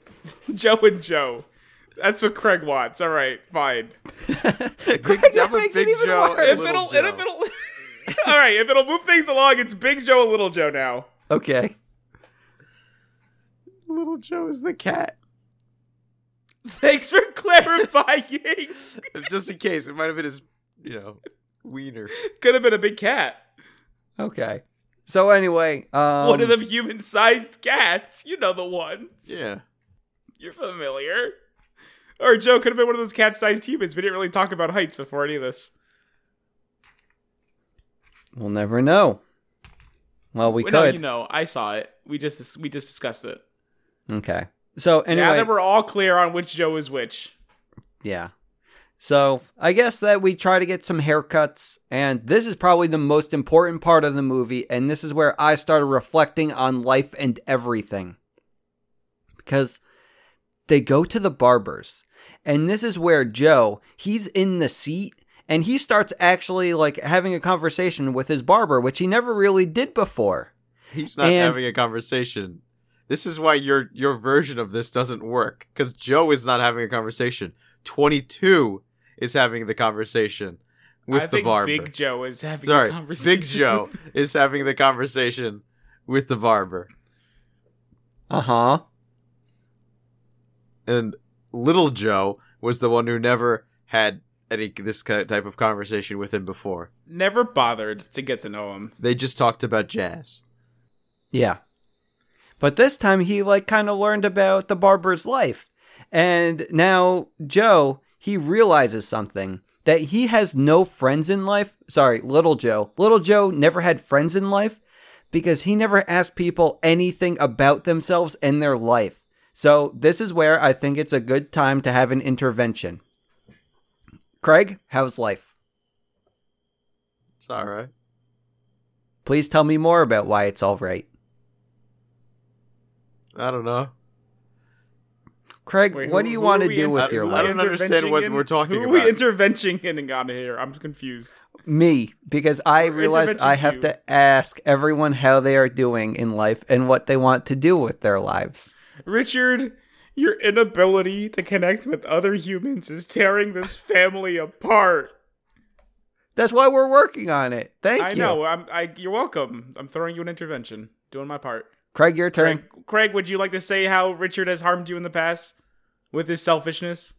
Speaker 3: Joe and Joe. That's what Craig wants. All right, fine.
Speaker 1: Greg,
Speaker 2: Joe and Big Joe and
Speaker 3: If
Speaker 2: Little
Speaker 3: it'll,
Speaker 2: Joe.
Speaker 3: if it'll, all right, if it'll move things along, it's Big Joe and Little Joe now.
Speaker 1: Okay.
Speaker 2: Little Joe is the cat.
Speaker 3: Thanks for clarifying.
Speaker 2: Just in case, it might have been his, you know, wiener.
Speaker 3: Could have been a big cat.
Speaker 1: Okay. So anyway, um,
Speaker 3: one of them human-sized cats. You know the ones.
Speaker 2: Yeah.
Speaker 3: You're familiar. Or Joe could have been one of those cat-sized humans. We didn't really talk about heights before any of this.
Speaker 1: we'll never know. Well, we
Speaker 3: Well, No,
Speaker 1: could.
Speaker 3: you know, I saw it. We just we just discussed it.
Speaker 1: Okay. So anyway,
Speaker 3: now that we're all clear on which Joe is which,
Speaker 1: Yeah. So I guess that we try to get some haircuts, and this is probably the most important part of the movie, and this is where I started reflecting on life and everything. Because they go to the barbers, and this is where Joe, he's in the seat, and he starts actually like having a conversation with his barber, which he never really did before.
Speaker 2: He's not
Speaker 1: And-
Speaker 2: having a conversation. This is why your your version of this doesn't work cuz Joe is not having a conversation. 22 is having the conversation with
Speaker 3: I
Speaker 2: the
Speaker 3: think
Speaker 2: barber.
Speaker 3: Big Joe is having a
Speaker 2: Sorry.
Speaker 3: conversation.
Speaker 2: Big Joe is having the conversation with the barber.
Speaker 1: Uh huh.
Speaker 2: and little Joe was the one who never had any this ki- type of conversation with him before.
Speaker 3: Never bothered to get to know him.
Speaker 2: They just talked about jazz.
Speaker 1: Yeah. But this time he like kind of learned about the barber's life. And now Joe, he realizes something that he has no friends in life. Sorry, little Joe. Little Joe never had friends in life because he never asked people anything about themselves and their life. So this is where I think it's a good time to have an intervention. Craig, how's life?
Speaker 2: It's all right.
Speaker 1: Please tell me more about why it's all right.
Speaker 2: I don't know.
Speaker 1: Craig,
Speaker 3: Wait,
Speaker 1: what
Speaker 3: who-
Speaker 1: do you
Speaker 3: who
Speaker 1: want
Speaker 3: are
Speaker 1: to
Speaker 3: we
Speaker 1: do
Speaker 3: in-
Speaker 1: with
Speaker 2: I-
Speaker 1: your
Speaker 2: I
Speaker 1: life?
Speaker 2: don't understand what
Speaker 3: Interventioning
Speaker 2: we're talking
Speaker 3: who Who
Speaker 2: about.
Speaker 3: we interventioning on here? I'm confused.
Speaker 1: me because I
Speaker 3: Or
Speaker 1: realized I
Speaker 3: intervention
Speaker 1: have
Speaker 3: you.
Speaker 1: to ask everyone how they are doing in life and what they want to do with their lives.
Speaker 3: Richard, your inability to connect with other humans is tearing this family apart.
Speaker 1: That's why we're working on it. Thank
Speaker 3: I
Speaker 1: you.
Speaker 3: know. I'm. I, you're welcome. I'm throwing you an intervention. Doing my part.
Speaker 1: Craig, your turn.
Speaker 3: Craig, Craig, would you like to say how Richard has harmed you in the past with his selfishness?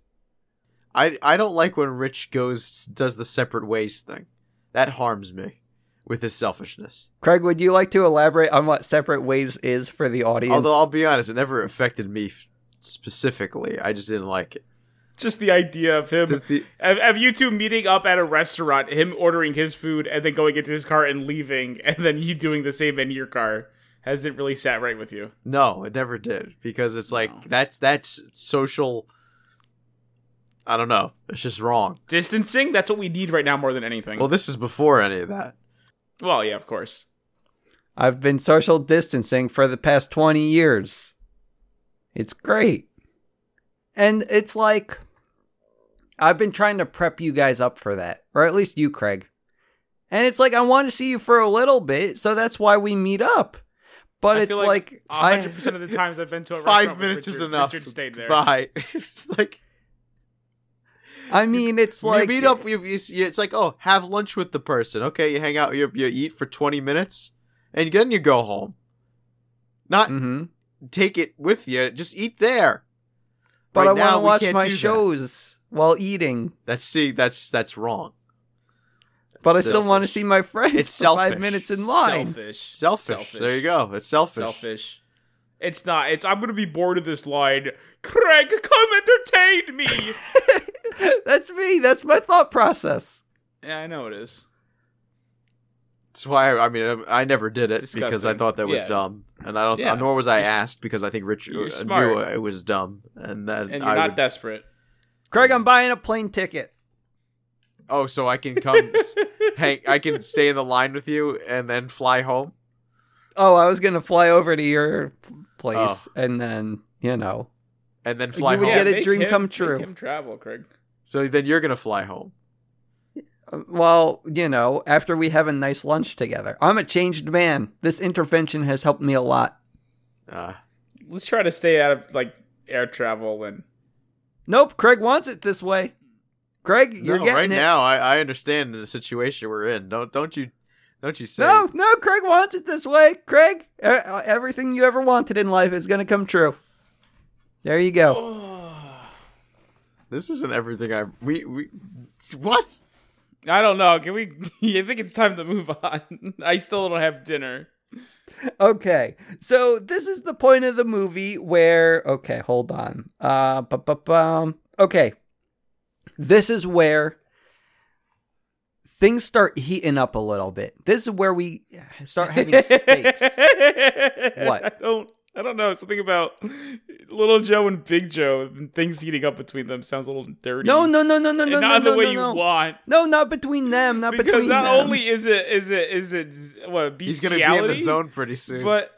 Speaker 2: I I don't like when Rich goes does the separate ways thing. That harms me with his selfishness.
Speaker 1: Craig, would you like to elaborate on what separate ways is for the audience?
Speaker 2: Although I'll be honest, it never affected me f- specifically. I just didn't like it.
Speaker 3: Just the idea of him,
Speaker 2: Just the-
Speaker 3: of, of you two meeting up at a restaurant, him ordering his food and then going into his car and leaving, and then you doing the same in your car, hasn't really sat right with you.
Speaker 2: No, it never did because it's like that's that's social. I don't know. It's just wrong.
Speaker 3: Distancing, that's what we need right now more than anything.
Speaker 2: Well,
Speaker 3: Well,
Speaker 2: this is before any of that.
Speaker 3: yeah, of course.
Speaker 1: I've been social distancing for the past 20 years. It's great. And it's like, I've been trying to prep you guys up for that, or at least you, Craig. And it's like, I want to see you for a little bit, so that's why we meet up. But
Speaker 3: I
Speaker 1: it's
Speaker 3: feel
Speaker 1: like, I-
Speaker 3: 100% of the times I've been to a restaurant
Speaker 2: Five
Speaker 3: with
Speaker 2: minutes is
Speaker 3: Richard-
Speaker 2: enough.
Speaker 3: Richard stayed there.
Speaker 2: Bye. it's like
Speaker 1: I mean, it's like,
Speaker 2: you meet up. You, you, you- it's like oh, have lunch with the person. Okay, you hang out. You, you eat for twenty minutes, and then you go home. Not
Speaker 3: Mm.
Speaker 1: hmm
Speaker 2: take it with you. Just eat there.
Speaker 1: But I
Speaker 2: Right
Speaker 1: want
Speaker 2: now,
Speaker 1: to
Speaker 2: we
Speaker 1: watch
Speaker 2: can't
Speaker 1: my
Speaker 2: do that.
Speaker 1: shows while eating.
Speaker 2: That's see. That's that's wrong.
Speaker 1: But
Speaker 2: It's
Speaker 1: I still
Speaker 2: selfish.
Speaker 1: want to see my friends
Speaker 2: It's
Speaker 1: for five
Speaker 2: selfish.
Speaker 1: minutes in line.
Speaker 3: Selfish.
Speaker 2: Selfish. There you go. It's selfish.
Speaker 3: Selfish. It's not. It's I'm gonna be bored of this line. Craig, come entertain me.
Speaker 1: That's me. That's my thought process.
Speaker 3: yeah, I know it is.
Speaker 2: That's why I, I mean um, I, I never did
Speaker 3: It's
Speaker 2: it because I
Speaker 3: disgusting.
Speaker 2: thought that was
Speaker 3: Yeah.
Speaker 2: dumb, and I don't.
Speaker 3: Yeah.
Speaker 2: Nor was I
Speaker 3: You're s-
Speaker 2: asked because I think Rich uh,
Speaker 3: You're
Speaker 2: knew
Speaker 3: smart.
Speaker 2: it was dumb, and then
Speaker 3: And you're
Speaker 2: I
Speaker 3: not
Speaker 2: would,
Speaker 3: desperate.
Speaker 1: Craig, I'm buying a plane ticket.
Speaker 2: oh, so I can come, s- hang, I can stay in the line with you, and then fly home.
Speaker 1: Oh, I was gonna fly over to your place
Speaker 2: Oh.
Speaker 1: and then you know.
Speaker 2: and then fly
Speaker 1: You would
Speaker 2: home.
Speaker 1: get a
Speaker 3: make
Speaker 1: dream
Speaker 3: him-
Speaker 1: come
Speaker 3: make
Speaker 1: true.
Speaker 3: him travel, Craig.
Speaker 2: So then you're gonna fly home.
Speaker 1: Uh, Well, you know, after we have a nice lunch together, I'm a changed man. This intervention has helped me a lot.
Speaker 2: Uh,
Speaker 3: Let's try to stay out of like air travel and
Speaker 1: Nope, Craig wants it this way. Craig,
Speaker 2: no,
Speaker 1: you're getting
Speaker 2: right
Speaker 1: it.
Speaker 2: now I, I understand the situation we're in. Don't don't you don't you say
Speaker 1: No, no, Craig wants it this way. Craig, e- everything you ever wanted in life is gonna come true. There you go.
Speaker 2: this isn't everything I we we what
Speaker 3: I don't know. Can we? I think it's time to move on. I still don't have dinner.
Speaker 1: Okay, so this is the point of the movie where. Okay, hold on. Uh, ba-ba-bum. okay, this is where things start heating up a little bit. This is where we start having stakes.
Speaker 3: what?
Speaker 1: What?
Speaker 3: I don't. I don't know. Something about Little Joe and Big Joe and things heating up between them sounds a little dirty.
Speaker 1: No, no, no, no, no,
Speaker 3: And
Speaker 1: no, no,
Speaker 3: not
Speaker 1: no,
Speaker 3: the way
Speaker 1: no,
Speaker 3: you
Speaker 1: no.
Speaker 3: want.
Speaker 1: No, not between them. Not
Speaker 3: Because
Speaker 1: between
Speaker 3: not
Speaker 1: them.
Speaker 3: only is it is it is it z- what
Speaker 2: he's gonna be in the
Speaker 3: bestiality,
Speaker 2: zone pretty soon.
Speaker 3: but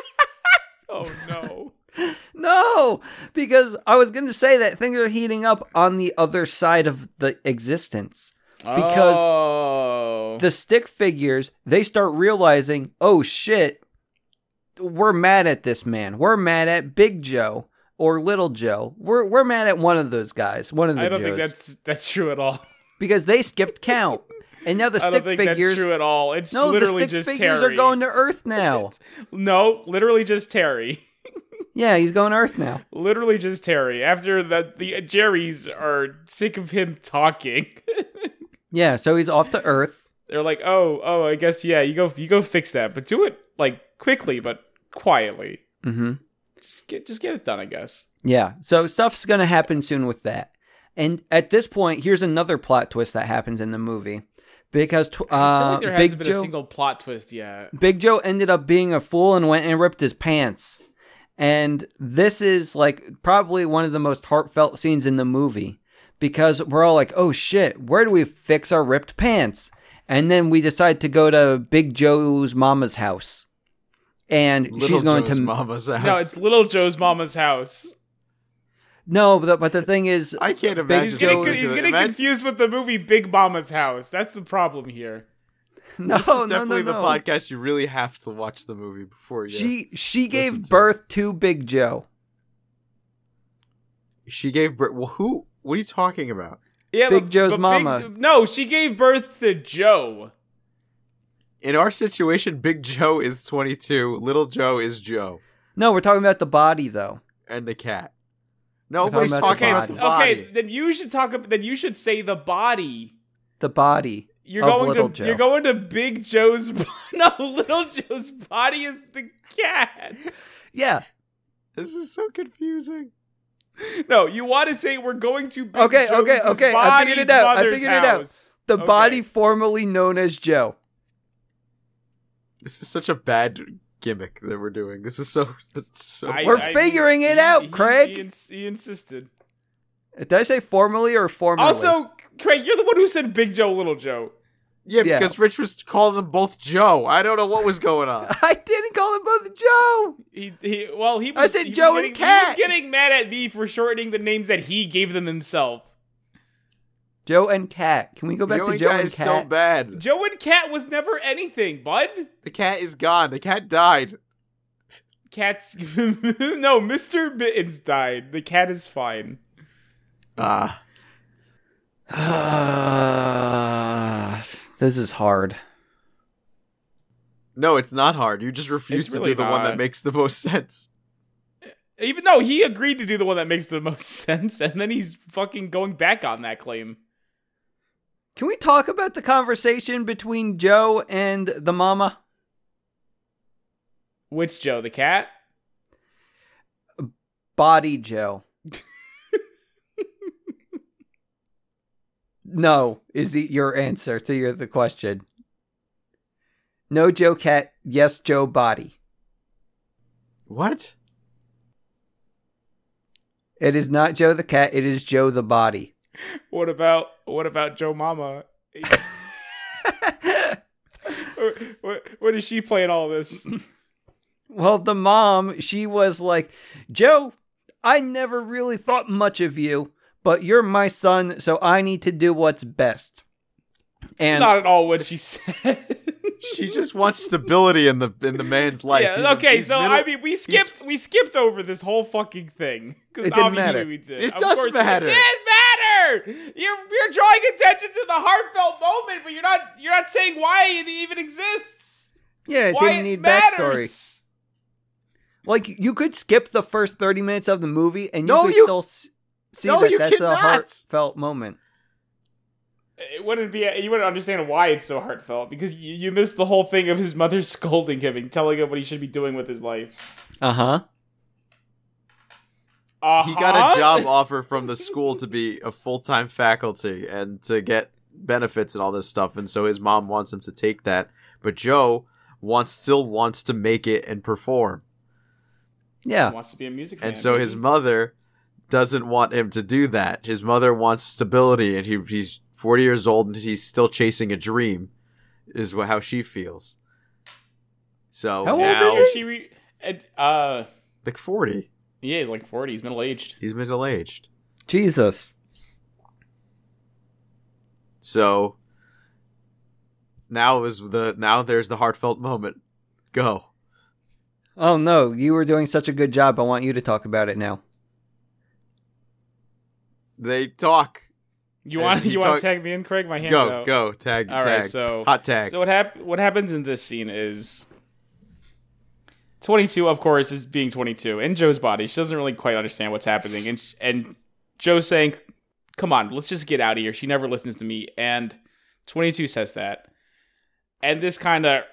Speaker 3: oh no,
Speaker 1: No, because I was going to say that things are heating up on the other side of the existence. Because
Speaker 3: oh.
Speaker 1: The stick figures, they start realizing, oh shit, we're mad at this man. We're mad at Big Joe or Little Joe. We're, we're mad at one of those guys, one of the
Speaker 3: I don't
Speaker 1: Joes.
Speaker 3: think that's that's true at all.
Speaker 1: because they skipped count. and now the
Speaker 3: I don't
Speaker 1: stick
Speaker 3: think
Speaker 1: figures.
Speaker 3: that's true at all. It's
Speaker 1: No, the
Speaker 3: literally
Speaker 1: stick
Speaker 3: just
Speaker 1: figures
Speaker 3: Terry.
Speaker 1: are going to Earth now.
Speaker 3: No, literally just Terry.
Speaker 1: yeah, he's going to Earth now.
Speaker 3: Literally just Terry. After that, the Jerry's are sick of him talking.
Speaker 1: Yeah, so he's off to Earth.
Speaker 3: They're like, oh, oh, I guess yeah. You go, you go fix that, but do it like quickly, but quietly.
Speaker 1: Mm-hmm.
Speaker 3: Just get, just get it done. I guess.
Speaker 1: Yeah. So stuff's going to happen soon with that. And at this point, here's another plot twist that happens in the movie because tw-
Speaker 3: I feel
Speaker 1: uh,
Speaker 3: like there hasn't
Speaker 1: Big
Speaker 3: been
Speaker 1: Joe
Speaker 3: a single plot twist yet.
Speaker 1: Big Joe ended up being a fool and went and ripped his pants. And this is like probably one of the most heartfelt scenes in the movie because we're all like, "Oh shit, where do we fix our ripped pants?" And then we decide to go to Big Joe's mama's house. And
Speaker 2: Little
Speaker 1: she's going
Speaker 2: Joe's
Speaker 1: to
Speaker 2: mama's house.
Speaker 3: No, it's Little Joe's mama's house.
Speaker 1: No, but the, but the thing is
Speaker 2: I can't
Speaker 1: Big
Speaker 2: imagine.
Speaker 3: He's
Speaker 1: Joe
Speaker 3: getting,
Speaker 1: is-
Speaker 3: he's getting
Speaker 2: Imagine-
Speaker 3: confused with the movie Big Mama's House. That's the problem here.
Speaker 1: no,
Speaker 2: This is
Speaker 1: Oh, no, no,
Speaker 2: definitely
Speaker 1: no.
Speaker 2: the podcast you really have to watch the movie before you.
Speaker 1: She she
Speaker 2: Listen
Speaker 1: gave
Speaker 2: to
Speaker 1: birth to Big Joe.
Speaker 2: she gave birth. Well, who? What are you talking about?
Speaker 3: Yeah,
Speaker 1: Big Joe's mama.
Speaker 3: no, she gave birth to Joe.
Speaker 2: In our situation, Big Joe is 22, Little Joe is Joe,
Speaker 1: No, we're talking about the body though.
Speaker 2: and the cat. Nobody's
Speaker 1: about the
Speaker 2: talking about the
Speaker 1: body.
Speaker 2: body.
Speaker 3: Okay, then you should talk. ab- Then you should say the body.
Speaker 1: The body.
Speaker 3: You're
Speaker 1: of
Speaker 3: going
Speaker 1: little
Speaker 3: to
Speaker 1: Joe.
Speaker 3: you're going to Big Joe's. bo- No, Little Joe's body is the cat.
Speaker 1: Yeah.
Speaker 2: This is so confusing.
Speaker 3: No, you want to say we're going to Big
Speaker 1: Okay,
Speaker 3: Joe's
Speaker 1: okay, okay, I figured it
Speaker 3: body's
Speaker 1: out, I
Speaker 3: mother's
Speaker 1: figured it out.
Speaker 3: house.
Speaker 1: The
Speaker 3: Okay.
Speaker 1: body formerly known as Joe.
Speaker 2: This is such a bad gimmick that we're doing. This is so. It's so
Speaker 3: I-
Speaker 1: We're
Speaker 3: I-
Speaker 1: figuring it
Speaker 3: he-
Speaker 1: out,
Speaker 3: he-
Speaker 1: Craig.
Speaker 3: He, ins- he insisted.
Speaker 1: Did I say formerly or formerly?
Speaker 3: Also, Craig, you're the one who said Big Joe, Little Joe.
Speaker 2: yeah,
Speaker 1: yeah.
Speaker 2: because Rich was calling them both Joe. I don't know what was going on.
Speaker 1: I didn't call them both Joe.
Speaker 3: He, he well, he.
Speaker 1: I
Speaker 3: Was,
Speaker 1: said
Speaker 3: he was
Speaker 1: Joe and
Speaker 3: getting,
Speaker 1: Cat.
Speaker 3: He was getting mad at me for shortening the names that he gave them himself.
Speaker 1: Joe and Cat. Can we go back
Speaker 2: Joey
Speaker 1: to Joe
Speaker 2: guy
Speaker 1: and
Speaker 2: is so
Speaker 1: Cat?
Speaker 2: bad.
Speaker 3: Joe and Cat was never anything, bud.
Speaker 2: The cat is gone. The cat died.
Speaker 3: Cat's no, Mister Mittens died. The cat is fine.
Speaker 2: Ah,
Speaker 1: this is hard.
Speaker 2: no, it's not hard. You just refuse
Speaker 3: It's
Speaker 2: to
Speaker 3: really
Speaker 2: do the one
Speaker 3: not.
Speaker 2: that makes the most sense.
Speaker 3: Even though he agreed to do the one that makes the most sense, and then he's fucking going back on that claim.
Speaker 1: Can we talk about the conversation between Joe and the mama?
Speaker 3: Which Joe, the cat?
Speaker 1: Body Joe. no, is the, your answer to your, the question. No Joe Cat, yes Joe Body.
Speaker 2: What?
Speaker 1: It is not Joe the Cat, it is Joe the Body.
Speaker 3: What about what about Joe Mama? What- what, what is she playing all this?
Speaker 1: Well, the mom, she was like, Joe, I never really thought much of you, but you're my son, so I need to do what's best. And
Speaker 3: Not at all what she said.
Speaker 2: She just wants stability in the in the man's life.
Speaker 3: yeah,
Speaker 2: He's a-
Speaker 3: okay,
Speaker 2: he's
Speaker 3: so
Speaker 2: middle-
Speaker 3: I mean, we skipped we skipped over this whole fucking thing because
Speaker 1: It didn't
Speaker 3: obviously
Speaker 1: matter.
Speaker 3: we did.
Speaker 2: It
Speaker 3: Of
Speaker 2: does
Speaker 3: course-
Speaker 2: matter.
Speaker 3: It does matter. You're you're drawing attention to the heartfelt moment, but you're not you're not saying why it even exists.
Speaker 1: yeah, it
Speaker 3: why
Speaker 1: didn't
Speaker 3: it
Speaker 1: need backstory.
Speaker 3: matters.
Speaker 1: Like, you could skip the first 30 minutes of the movie and you
Speaker 2: No,
Speaker 1: could
Speaker 2: you-
Speaker 1: still s- see
Speaker 2: No,
Speaker 1: that
Speaker 2: you
Speaker 1: that's a
Speaker 2: cannot.
Speaker 1: heartfelt moment.
Speaker 3: It wouldn't be you wouldn't understand why it's so heartfelt because you, you missed the whole thing of his mother scolding him and telling him what he should be doing with his life.
Speaker 1: Uh huh.
Speaker 3: uh
Speaker 2: he
Speaker 1: Uh-huh.
Speaker 2: got a job offer from the school to be a full time faculty and to get benefits and all this stuff, and so his mom wants him to take that. But Joe wants still wants to make it and perform,
Speaker 1: Yeah.
Speaker 3: wants to be a music
Speaker 2: and
Speaker 3: man.
Speaker 2: so his mother doesn't want him to do that. His mother wants stability, and he, he's forty years old and he's still chasing a dream, is wha- how she feels. So
Speaker 1: How old is
Speaker 2: now,
Speaker 3: Now she re- and, uh
Speaker 2: Like forty,
Speaker 3: yeah, he's like 40, he's middle-aged.
Speaker 2: he's middle aged.
Speaker 1: Jesus.
Speaker 2: So now is the now there's the heartfelt moment. Go.
Speaker 1: Oh, no, you were doing such a good job. I want you to talk about it now.
Speaker 2: They talk.
Speaker 3: You
Speaker 2: And
Speaker 3: want
Speaker 2: he
Speaker 3: you want
Speaker 2: talk-
Speaker 3: to tag me in, Craig? My hands
Speaker 2: go
Speaker 3: out.
Speaker 2: go tag
Speaker 3: All
Speaker 2: tag
Speaker 3: right, so
Speaker 2: hot tag.
Speaker 3: So what hap- what happens in this scene is 22 of course is being 22 in Joe's body. She doesn't really quite understand what's happening and sh- and Joe's saying, "Come on, let's just get out of here." She never listens to me and 22 says that. And this kind of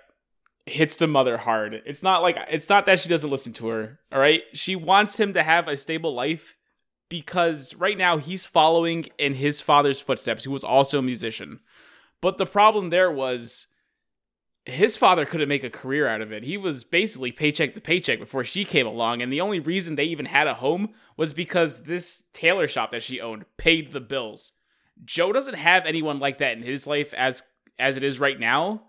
Speaker 3: hits the mother hard. It's not like it's not that she doesn't listen to her, all right? She wants him to have a stable life because right now he's following in his father's footsteps, who was also a musician. But the problem there was his father couldn't make a career out of it. He was basically paycheck to paycheck before she came along, and the only reason they even had a home was because this tailor shop that she owned paid the bills. Joe doesn't have anyone like that in his life as as it is right now,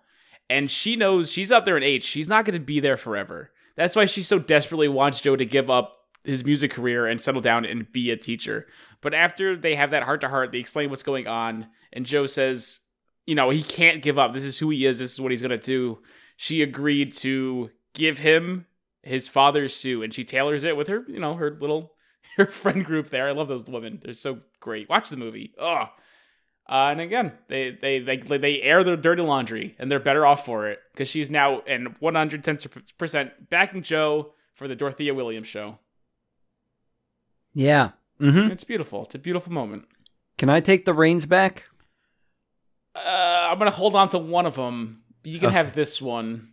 Speaker 3: and she knows she's up there in age. She's not going to be there forever. That's why she so desperately wants Joe to give up his music career and settle down and be a teacher. But after they have that heart to heart, they explain what's going on, and Joe says, you know, he can't give up. This is who he is. This is what he's going to do. She agreed to give him his father's suit and she tailors it with her, you know, her little her friend group there. I love those women. They're so great. Watch the movie. Ugh. Uh, and again, they, they they they air their dirty laundry, and they're better off for it because she's now and one hundred ten percent backing Joe for the Dorothea Williams show.
Speaker 1: Yeah. Mm-hmm.
Speaker 3: It's beautiful. It's a beautiful moment.
Speaker 1: Can I take the reins back?
Speaker 3: Uh, I'm gonna hold on to one of them. You can have this one.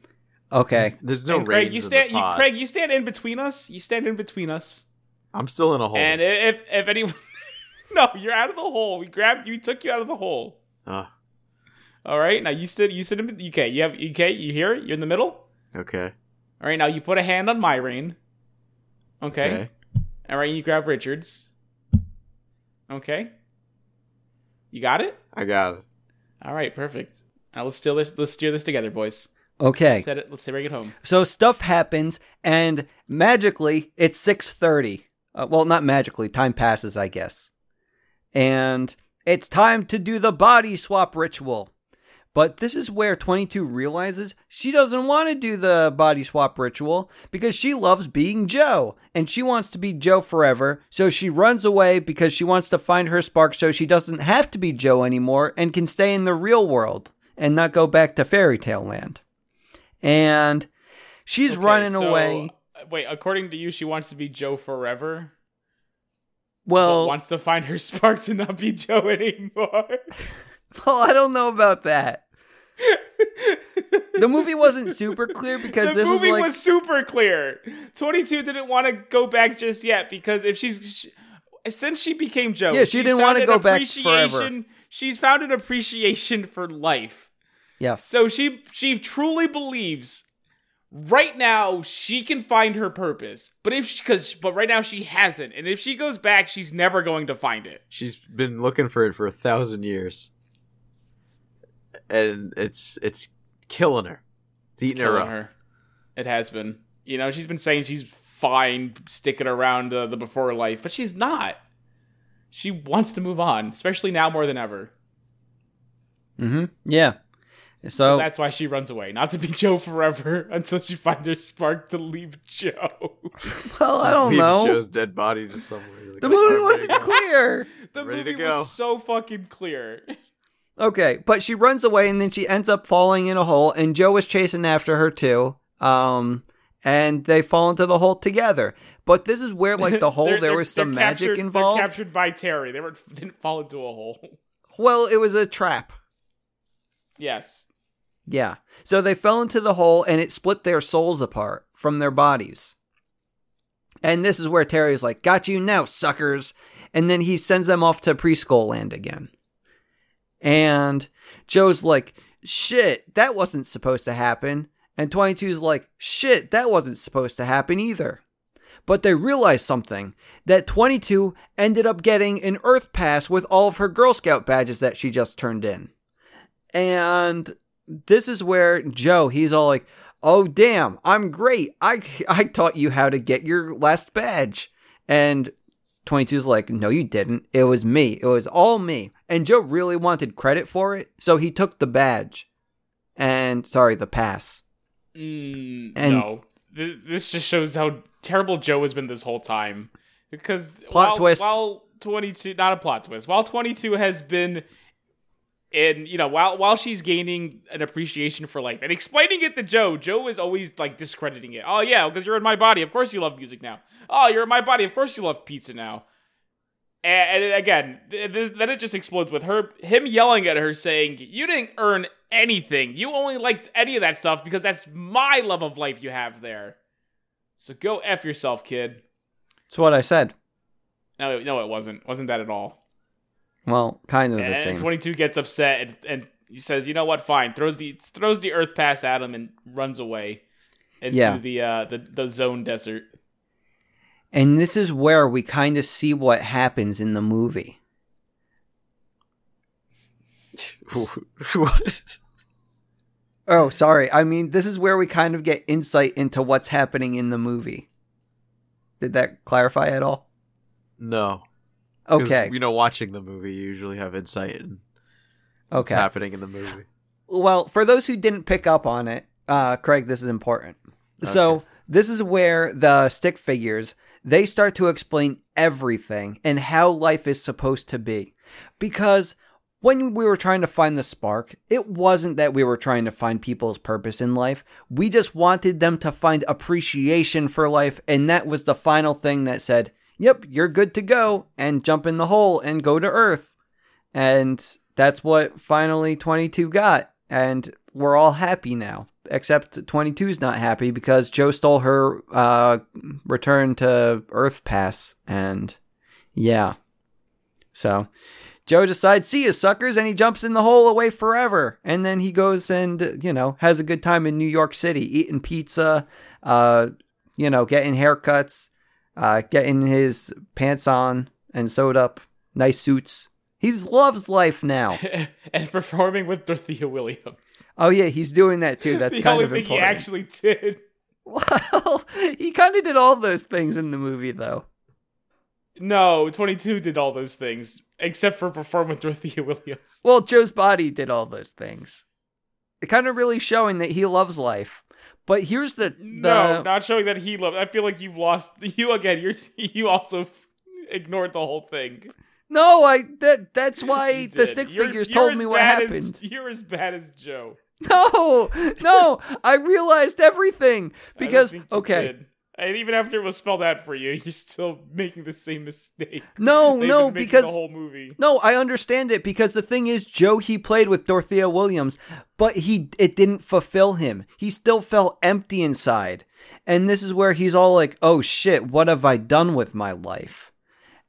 Speaker 1: Okay.
Speaker 2: There's no
Speaker 3: and Craig,
Speaker 2: reins
Speaker 3: you
Speaker 2: in the
Speaker 3: stand. You,
Speaker 2: pod.
Speaker 3: Craig, you stand in between us. You stand in between us.
Speaker 2: I'm still in a hole.
Speaker 3: And i- if if anyone, no, you're out of the hole. We grabbed you. We took you out of the hole.
Speaker 2: Ugh,
Speaker 3: All right. Now you sit. You sit in. Okay. You have. Okay. You hear it. You're in the middle.
Speaker 2: okay.
Speaker 3: All right. Now you put a hand on my rein. Okay. All right. You grab Richards. Okay. You got it.
Speaker 2: I got it.
Speaker 3: All right. Perfect. Now let's steal this. Let's steer this together, boys.
Speaker 1: Okay.
Speaker 3: Set it. Let's bring it home.
Speaker 1: So stuff happens, and magically, it's six thirty. Uh, well, not magically. Time passes, I guess, and it's time to do the body swap ritual. But this is where 22 realizes she doesn't want to do the body swap ritual because she loves being Joe and she wants to be Joe forever. So she runs away because she wants to find her spark so she doesn't have to be Joe anymore and can stay in the real world and not go back to fairy tale land. And she's
Speaker 3: Okay,
Speaker 1: running
Speaker 3: so,
Speaker 1: away.
Speaker 3: uh, Wait. According to you, she wants to be Joe forever.
Speaker 1: Well,
Speaker 3: but wants to find her spark to not be Joe anymore.
Speaker 1: well, I don't know about that. The movie wasn't super clear because
Speaker 3: the
Speaker 1: this
Speaker 3: movie
Speaker 1: was like
Speaker 3: was super clear. Twenty two didn't want to go back just yet because if she's sh since she became Joe,
Speaker 1: Yeah, she
Speaker 3: she's
Speaker 1: didn't
Speaker 3: found
Speaker 1: wanna
Speaker 3: an
Speaker 1: go back forever.
Speaker 3: appreciation- She's found an appreciation for life,
Speaker 1: yes.
Speaker 3: so she she truly believes right now she can find her purpose. But if because but right now she hasn't, and if she goes back, she's never going to find it.
Speaker 2: She's been looking for it for a thousand years, and it's it's killing her. It's eating her
Speaker 3: killing
Speaker 2: up.
Speaker 3: her. It has been. You know, she's been saying she's fine sticking around uh, the before life, but she's not. She wants to move on, especially now more than ever.
Speaker 1: Mm-hmm. Yeah. So,
Speaker 3: So that's why she runs away, not to be Joe forever until she finds her spark to leave Joe.
Speaker 1: well, I
Speaker 2: Just
Speaker 1: don't
Speaker 2: leaves
Speaker 1: know.
Speaker 2: Joe's dead body to somewhere. Like,
Speaker 1: Oh, The
Speaker 2: "All
Speaker 1: movie
Speaker 2: right,
Speaker 1: wasn't
Speaker 2: ready to go."
Speaker 1: clear.
Speaker 3: The
Speaker 2: Ready to
Speaker 3: movie
Speaker 2: go.
Speaker 3: was so fucking clear.
Speaker 1: Okay, but she runs away and then she ends up falling in a hole, and Joe is chasing after her too. Um, and they fall into the hole together. But this is where like the hole
Speaker 3: They're-
Speaker 1: there
Speaker 3: they're-
Speaker 1: was some
Speaker 3: they're
Speaker 1: magic
Speaker 3: captured-
Speaker 1: involved.
Speaker 3: They're captured by Terry. They were, didn't fall into a hole.
Speaker 1: well, it was a trap.
Speaker 3: Yes.
Speaker 1: Yeah. So they fell into the hole and it split their souls apart from their bodies. And this is where Terry's like, Got you now, suckers. And then he sends them off to preschool land again. And Joe's like, Shit, that wasn't supposed to happen. And 22's like, Shit, that wasn't supposed to happen either. But they realized something that 22 ended up getting an Earth Pass with all of her Girl Scout badges that she just turned in. And this is where Joe, he's all like, "Oh damn, I'm great. I I taught you how to get your last badge." And 22's like, "No you didn't. It was me. It was all me." And Joe really wanted credit for it, so he took the badge. And sorry, the pass.
Speaker 3: Mm,
Speaker 1: And-
Speaker 3: no, Th- this just shows how terrible Joe has been this whole time. Because
Speaker 1: Plot
Speaker 3: while,
Speaker 1: twist.
Speaker 3: While twenty two, not a plot twist. While twenty two has been, in you know, while while she's gaining an appreciation for life and explaining it to Joe, Joe is always like discrediting it. Oh yeah, because you're in my body. Of course you love music now. Oh, you're in my body. Of course you love pizza now. And, and again, th- th- then it just explodes with her, him yelling at her, saying, "You didn't earn anything. You only liked any of that stuff because that's my love of life you have there. So go f yourself, kid."
Speaker 1: That's what I said.
Speaker 3: No, it- no, it wasn't. Wasn't that at all?
Speaker 1: Well, kind of the
Speaker 3: And,
Speaker 1: same.
Speaker 3: and 22 gets upset and, and he says, "You know what? Fine." Throws the throws the earth pass at him and runs away into
Speaker 1: Yeah.
Speaker 3: the uh the, the zone desert.
Speaker 1: And this is where we kind of see what happens in the movie.
Speaker 2: what?
Speaker 1: Oh, sorry. I mean, this is where we kind of get insight into what's happening in the movie. Did that clarify at all?
Speaker 2: No. 'Cause,
Speaker 1: Okay.
Speaker 2: You know, watching the movie, you usually have insight in what's
Speaker 1: Okay.
Speaker 2: happening in the movie.
Speaker 1: Well, for those who didn't pick up on it, uh, Craig, this is important. So this is where the stick figures they start to explain everything and how life is supposed to be, because when we were trying to find the spark, it wasn't that we were trying to find people's purpose in life. We just wanted them to find appreciation for life, and that was the final thing that said, yep, you're good to go, and jump in the hole and go to Earth. And that's what finally 22 got. And we're all happy now, except 22's not happy because Joe stole her uh, return to Earth pass. And yeah. So Joe decides, see you suckers, and he jumps in the hole away forever. And then he goes and, you know, has a good time in New York City, eating pizza, uh, you know, getting haircuts, uh, getting his pants on and sewed up, nice suits. He loves life now.
Speaker 3: and performing with Dorothea Williams.
Speaker 1: Oh yeah, he's doing that too. That's
Speaker 3: the
Speaker 1: kind
Speaker 3: only
Speaker 1: of
Speaker 3: thing
Speaker 1: important.
Speaker 3: he actually did.
Speaker 1: well, he kind of did all those things in the movie though.
Speaker 3: No, 22 did all those things except for perform with Dorothea Williams.
Speaker 1: Well, Joe's body did all those things. It kind of really showing that he loves life. But here's the, the
Speaker 3: No, not showing that he loved. I feel like you've lost you again. You're you also ignored the whole thing.
Speaker 1: No, I that that's why
Speaker 3: You
Speaker 1: the
Speaker 3: did.
Speaker 1: stick
Speaker 3: You're-
Speaker 1: figures
Speaker 3: you're
Speaker 1: told
Speaker 3: as
Speaker 1: me what
Speaker 3: bad as-
Speaker 1: happened.
Speaker 3: you're as bad as Joe.
Speaker 1: No, no, I realized everything
Speaker 3: I don't
Speaker 1: because
Speaker 3: think you
Speaker 1: okay,
Speaker 3: did. And even after it was spelled out for you, you're still making the same mistake.
Speaker 1: no,
Speaker 3: They've been
Speaker 1: no,
Speaker 3: making
Speaker 1: because
Speaker 3: the whole movie.
Speaker 1: No, I understand it because the thing is, Joe he played with Dorothea Williams, but he it didn't fulfill him. He still felt empty inside, and this is where he's all like, "Oh shit, what have I done with my life?"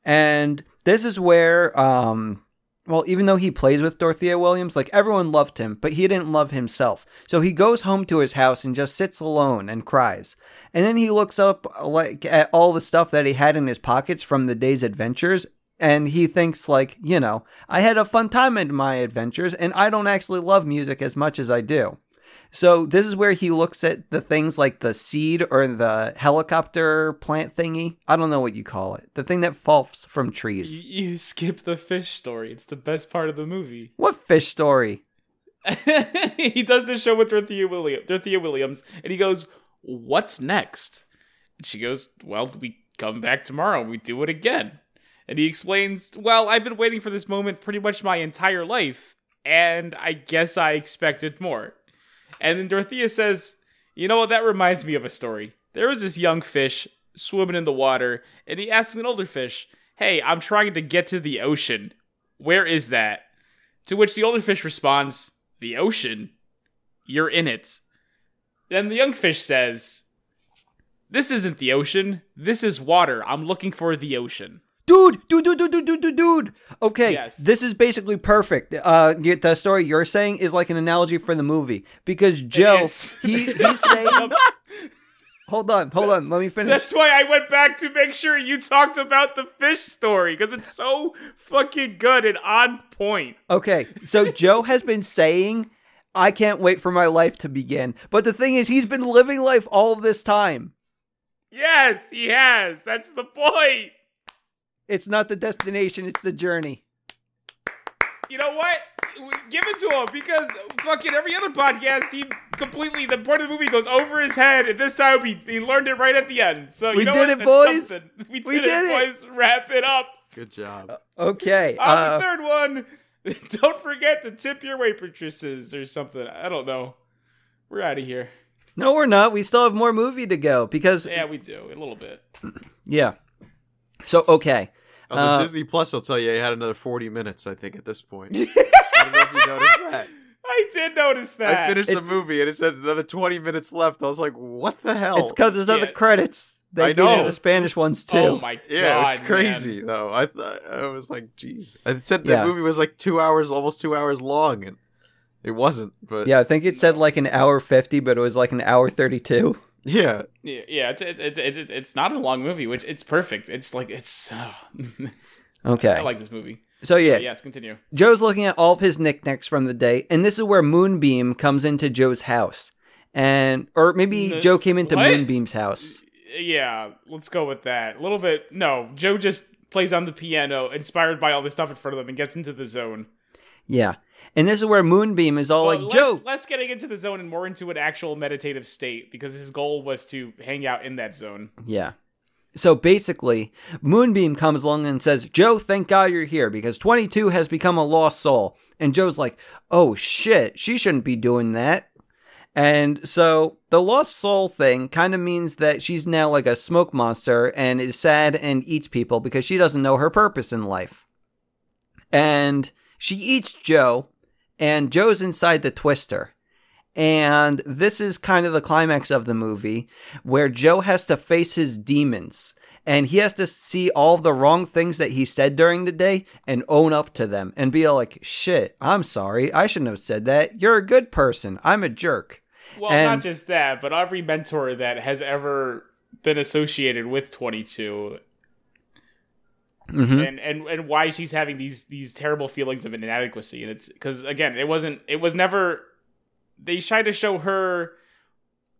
Speaker 1: And this is where, um, well, even though he plays with Dorothea Williams, like everyone loved him, but he didn't love himself. So he goes home to his house and just sits alone and cries. And then he looks up like at all the stuff that he had in his pockets from the day's adventures and he thinks like, you know, I had a fun time in my adventures and I don't actually love music as much as I do. So this is where he looks at the things like the seed or the helicopter plant thingy. I don't know what you call it. The thing that falls from
Speaker 3: You,
Speaker 1: trees.
Speaker 3: you skip the fish story. It's the best part of the movie.
Speaker 1: What fish story?
Speaker 3: he does this show with Dorothea, William, Dorothea Williams, and he goes, "What's next?" And she goes, "Well, we come back tomorrow. and We do it again." And he explains, "Well, I've been waiting for this moment pretty much my entire life, and I guess I expected more." And then Dorothea says, "You know what? That reminds me of a story. There was this young fish swimming in the water, and he asks an older fish, "Hey, I'm trying to get to the ocean. Where is that?" To which the older fish responds, The ocean? You're in it. Then the young fish says, This isn't the ocean. This is water. I'm looking for the ocean.
Speaker 1: Dude, dude, dude, dude, dude, dude, dude, dude. Okay,
Speaker 3: Yes.
Speaker 1: this is basically perfect. Uh, y- the story you're saying is like an analogy for the movie because Joe,
Speaker 3: is.
Speaker 1: he, he's saying, hold on, hold on, let me finish.
Speaker 3: That's why I went back to make sure you talked about the fish story, because it's so fucking good and on point.
Speaker 1: Okay, so Joe has been saying, I can't wait for my life to begin. But the thing is, he's been living life all this time.
Speaker 3: Yes, he has. That's the point.
Speaker 1: It's not the destination, it's the journey.
Speaker 3: you know what? We give it to him because fucking every other podcast, he completely the part of the movie goes over his head, and this time he, he learned it right at the end. So you
Speaker 1: We
Speaker 3: know
Speaker 1: did
Speaker 3: what?
Speaker 1: it,
Speaker 3: That's
Speaker 1: boys.
Speaker 3: something. We did,
Speaker 1: We did
Speaker 3: it, boys. Wrap it up.
Speaker 2: Good job.
Speaker 1: Uh, Okay.
Speaker 3: On
Speaker 1: uh,
Speaker 3: the third one, don't forget to tip your waitresses or something. I don't know. We're out of here.
Speaker 1: no, we're not. We still have more movie to go because,
Speaker 3: Yeah, we do a little bit.
Speaker 1: yeah. So, okay.
Speaker 2: Although
Speaker 1: Uh,
Speaker 2: Oh, Disney Plus will tell you it had another 40 minutes, I think, at this point. I don't know if you noticed that.
Speaker 3: I did notice that.
Speaker 2: I finished
Speaker 1: It's-
Speaker 2: the movie and it said another 20 minutes left. I was like, what the hell?
Speaker 1: It's because there's other
Speaker 3: Oh, yeah.
Speaker 1: credits. They
Speaker 2: I
Speaker 1: gave you
Speaker 2: know.
Speaker 1: the Spanish ones too.
Speaker 3: Oh my
Speaker 2: yeah,
Speaker 3: god,
Speaker 2: it
Speaker 3: man.
Speaker 2: was crazy though. I thought I was like, "Jeez!" I said the
Speaker 1: Yeah.
Speaker 2: movie was like two hours, almost two hours long, and it wasn't. But yeah,
Speaker 1: yeah, I think it said like an hour 50, but it was like an hour 32.
Speaker 2: yeah,
Speaker 3: Yeah, yeah, it's it's, it's it's it's not a long movie, which it's perfect. It's like it's. it's I
Speaker 1: Okay.
Speaker 3: like this movie.
Speaker 1: so, yeah,
Speaker 3: Yes, continue.
Speaker 1: Joe's looking at all of his knickknacks from the day, and this is where Moonbeam comes into Joe's house. And or maybe
Speaker 3: N-
Speaker 1: Joe came into
Speaker 3: Mm-hmm. what?
Speaker 1: Moonbeam's house.
Speaker 3: Yeah, let's go with that. A little bit. No, Joe just plays on the piano, inspired by all this stuff in front of him, and gets into the zone.
Speaker 1: Yeah. And this is where Moonbeam is all
Speaker 3: Well,
Speaker 1: like,
Speaker 3: less,
Speaker 1: Joe,
Speaker 3: less getting into the zone and more into an actual meditative state because his goal was to hang out in that zone.
Speaker 1: Yeah. So basically, Moonbeam comes along and says, Joe, thank God you're here because 22 has become a lost soul. And Joe's like, oh shit, she shouldn't be doing that. And so the lost soul thing kind of means that she's now like a smoke monster and is sad and eats people because she doesn't know her purpose in life. And she eats Joe, and Joe's inside the twister. And this is kind of the climax of the movie where Joe has to face his demons and he has to see all the wrong things that he said during the day and own up to them and be like, shit, I'm sorry. I shouldn't have said that. You're a good person. I'm a jerk.
Speaker 3: Well,
Speaker 1: And-
Speaker 3: not just that, but every mentor that has ever been associated with 22
Speaker 1: Hmm?
Speaker 3: and, and and why she's having these these terrible feelings of inadequacy and it's because again it wasn't it was never they tried to show her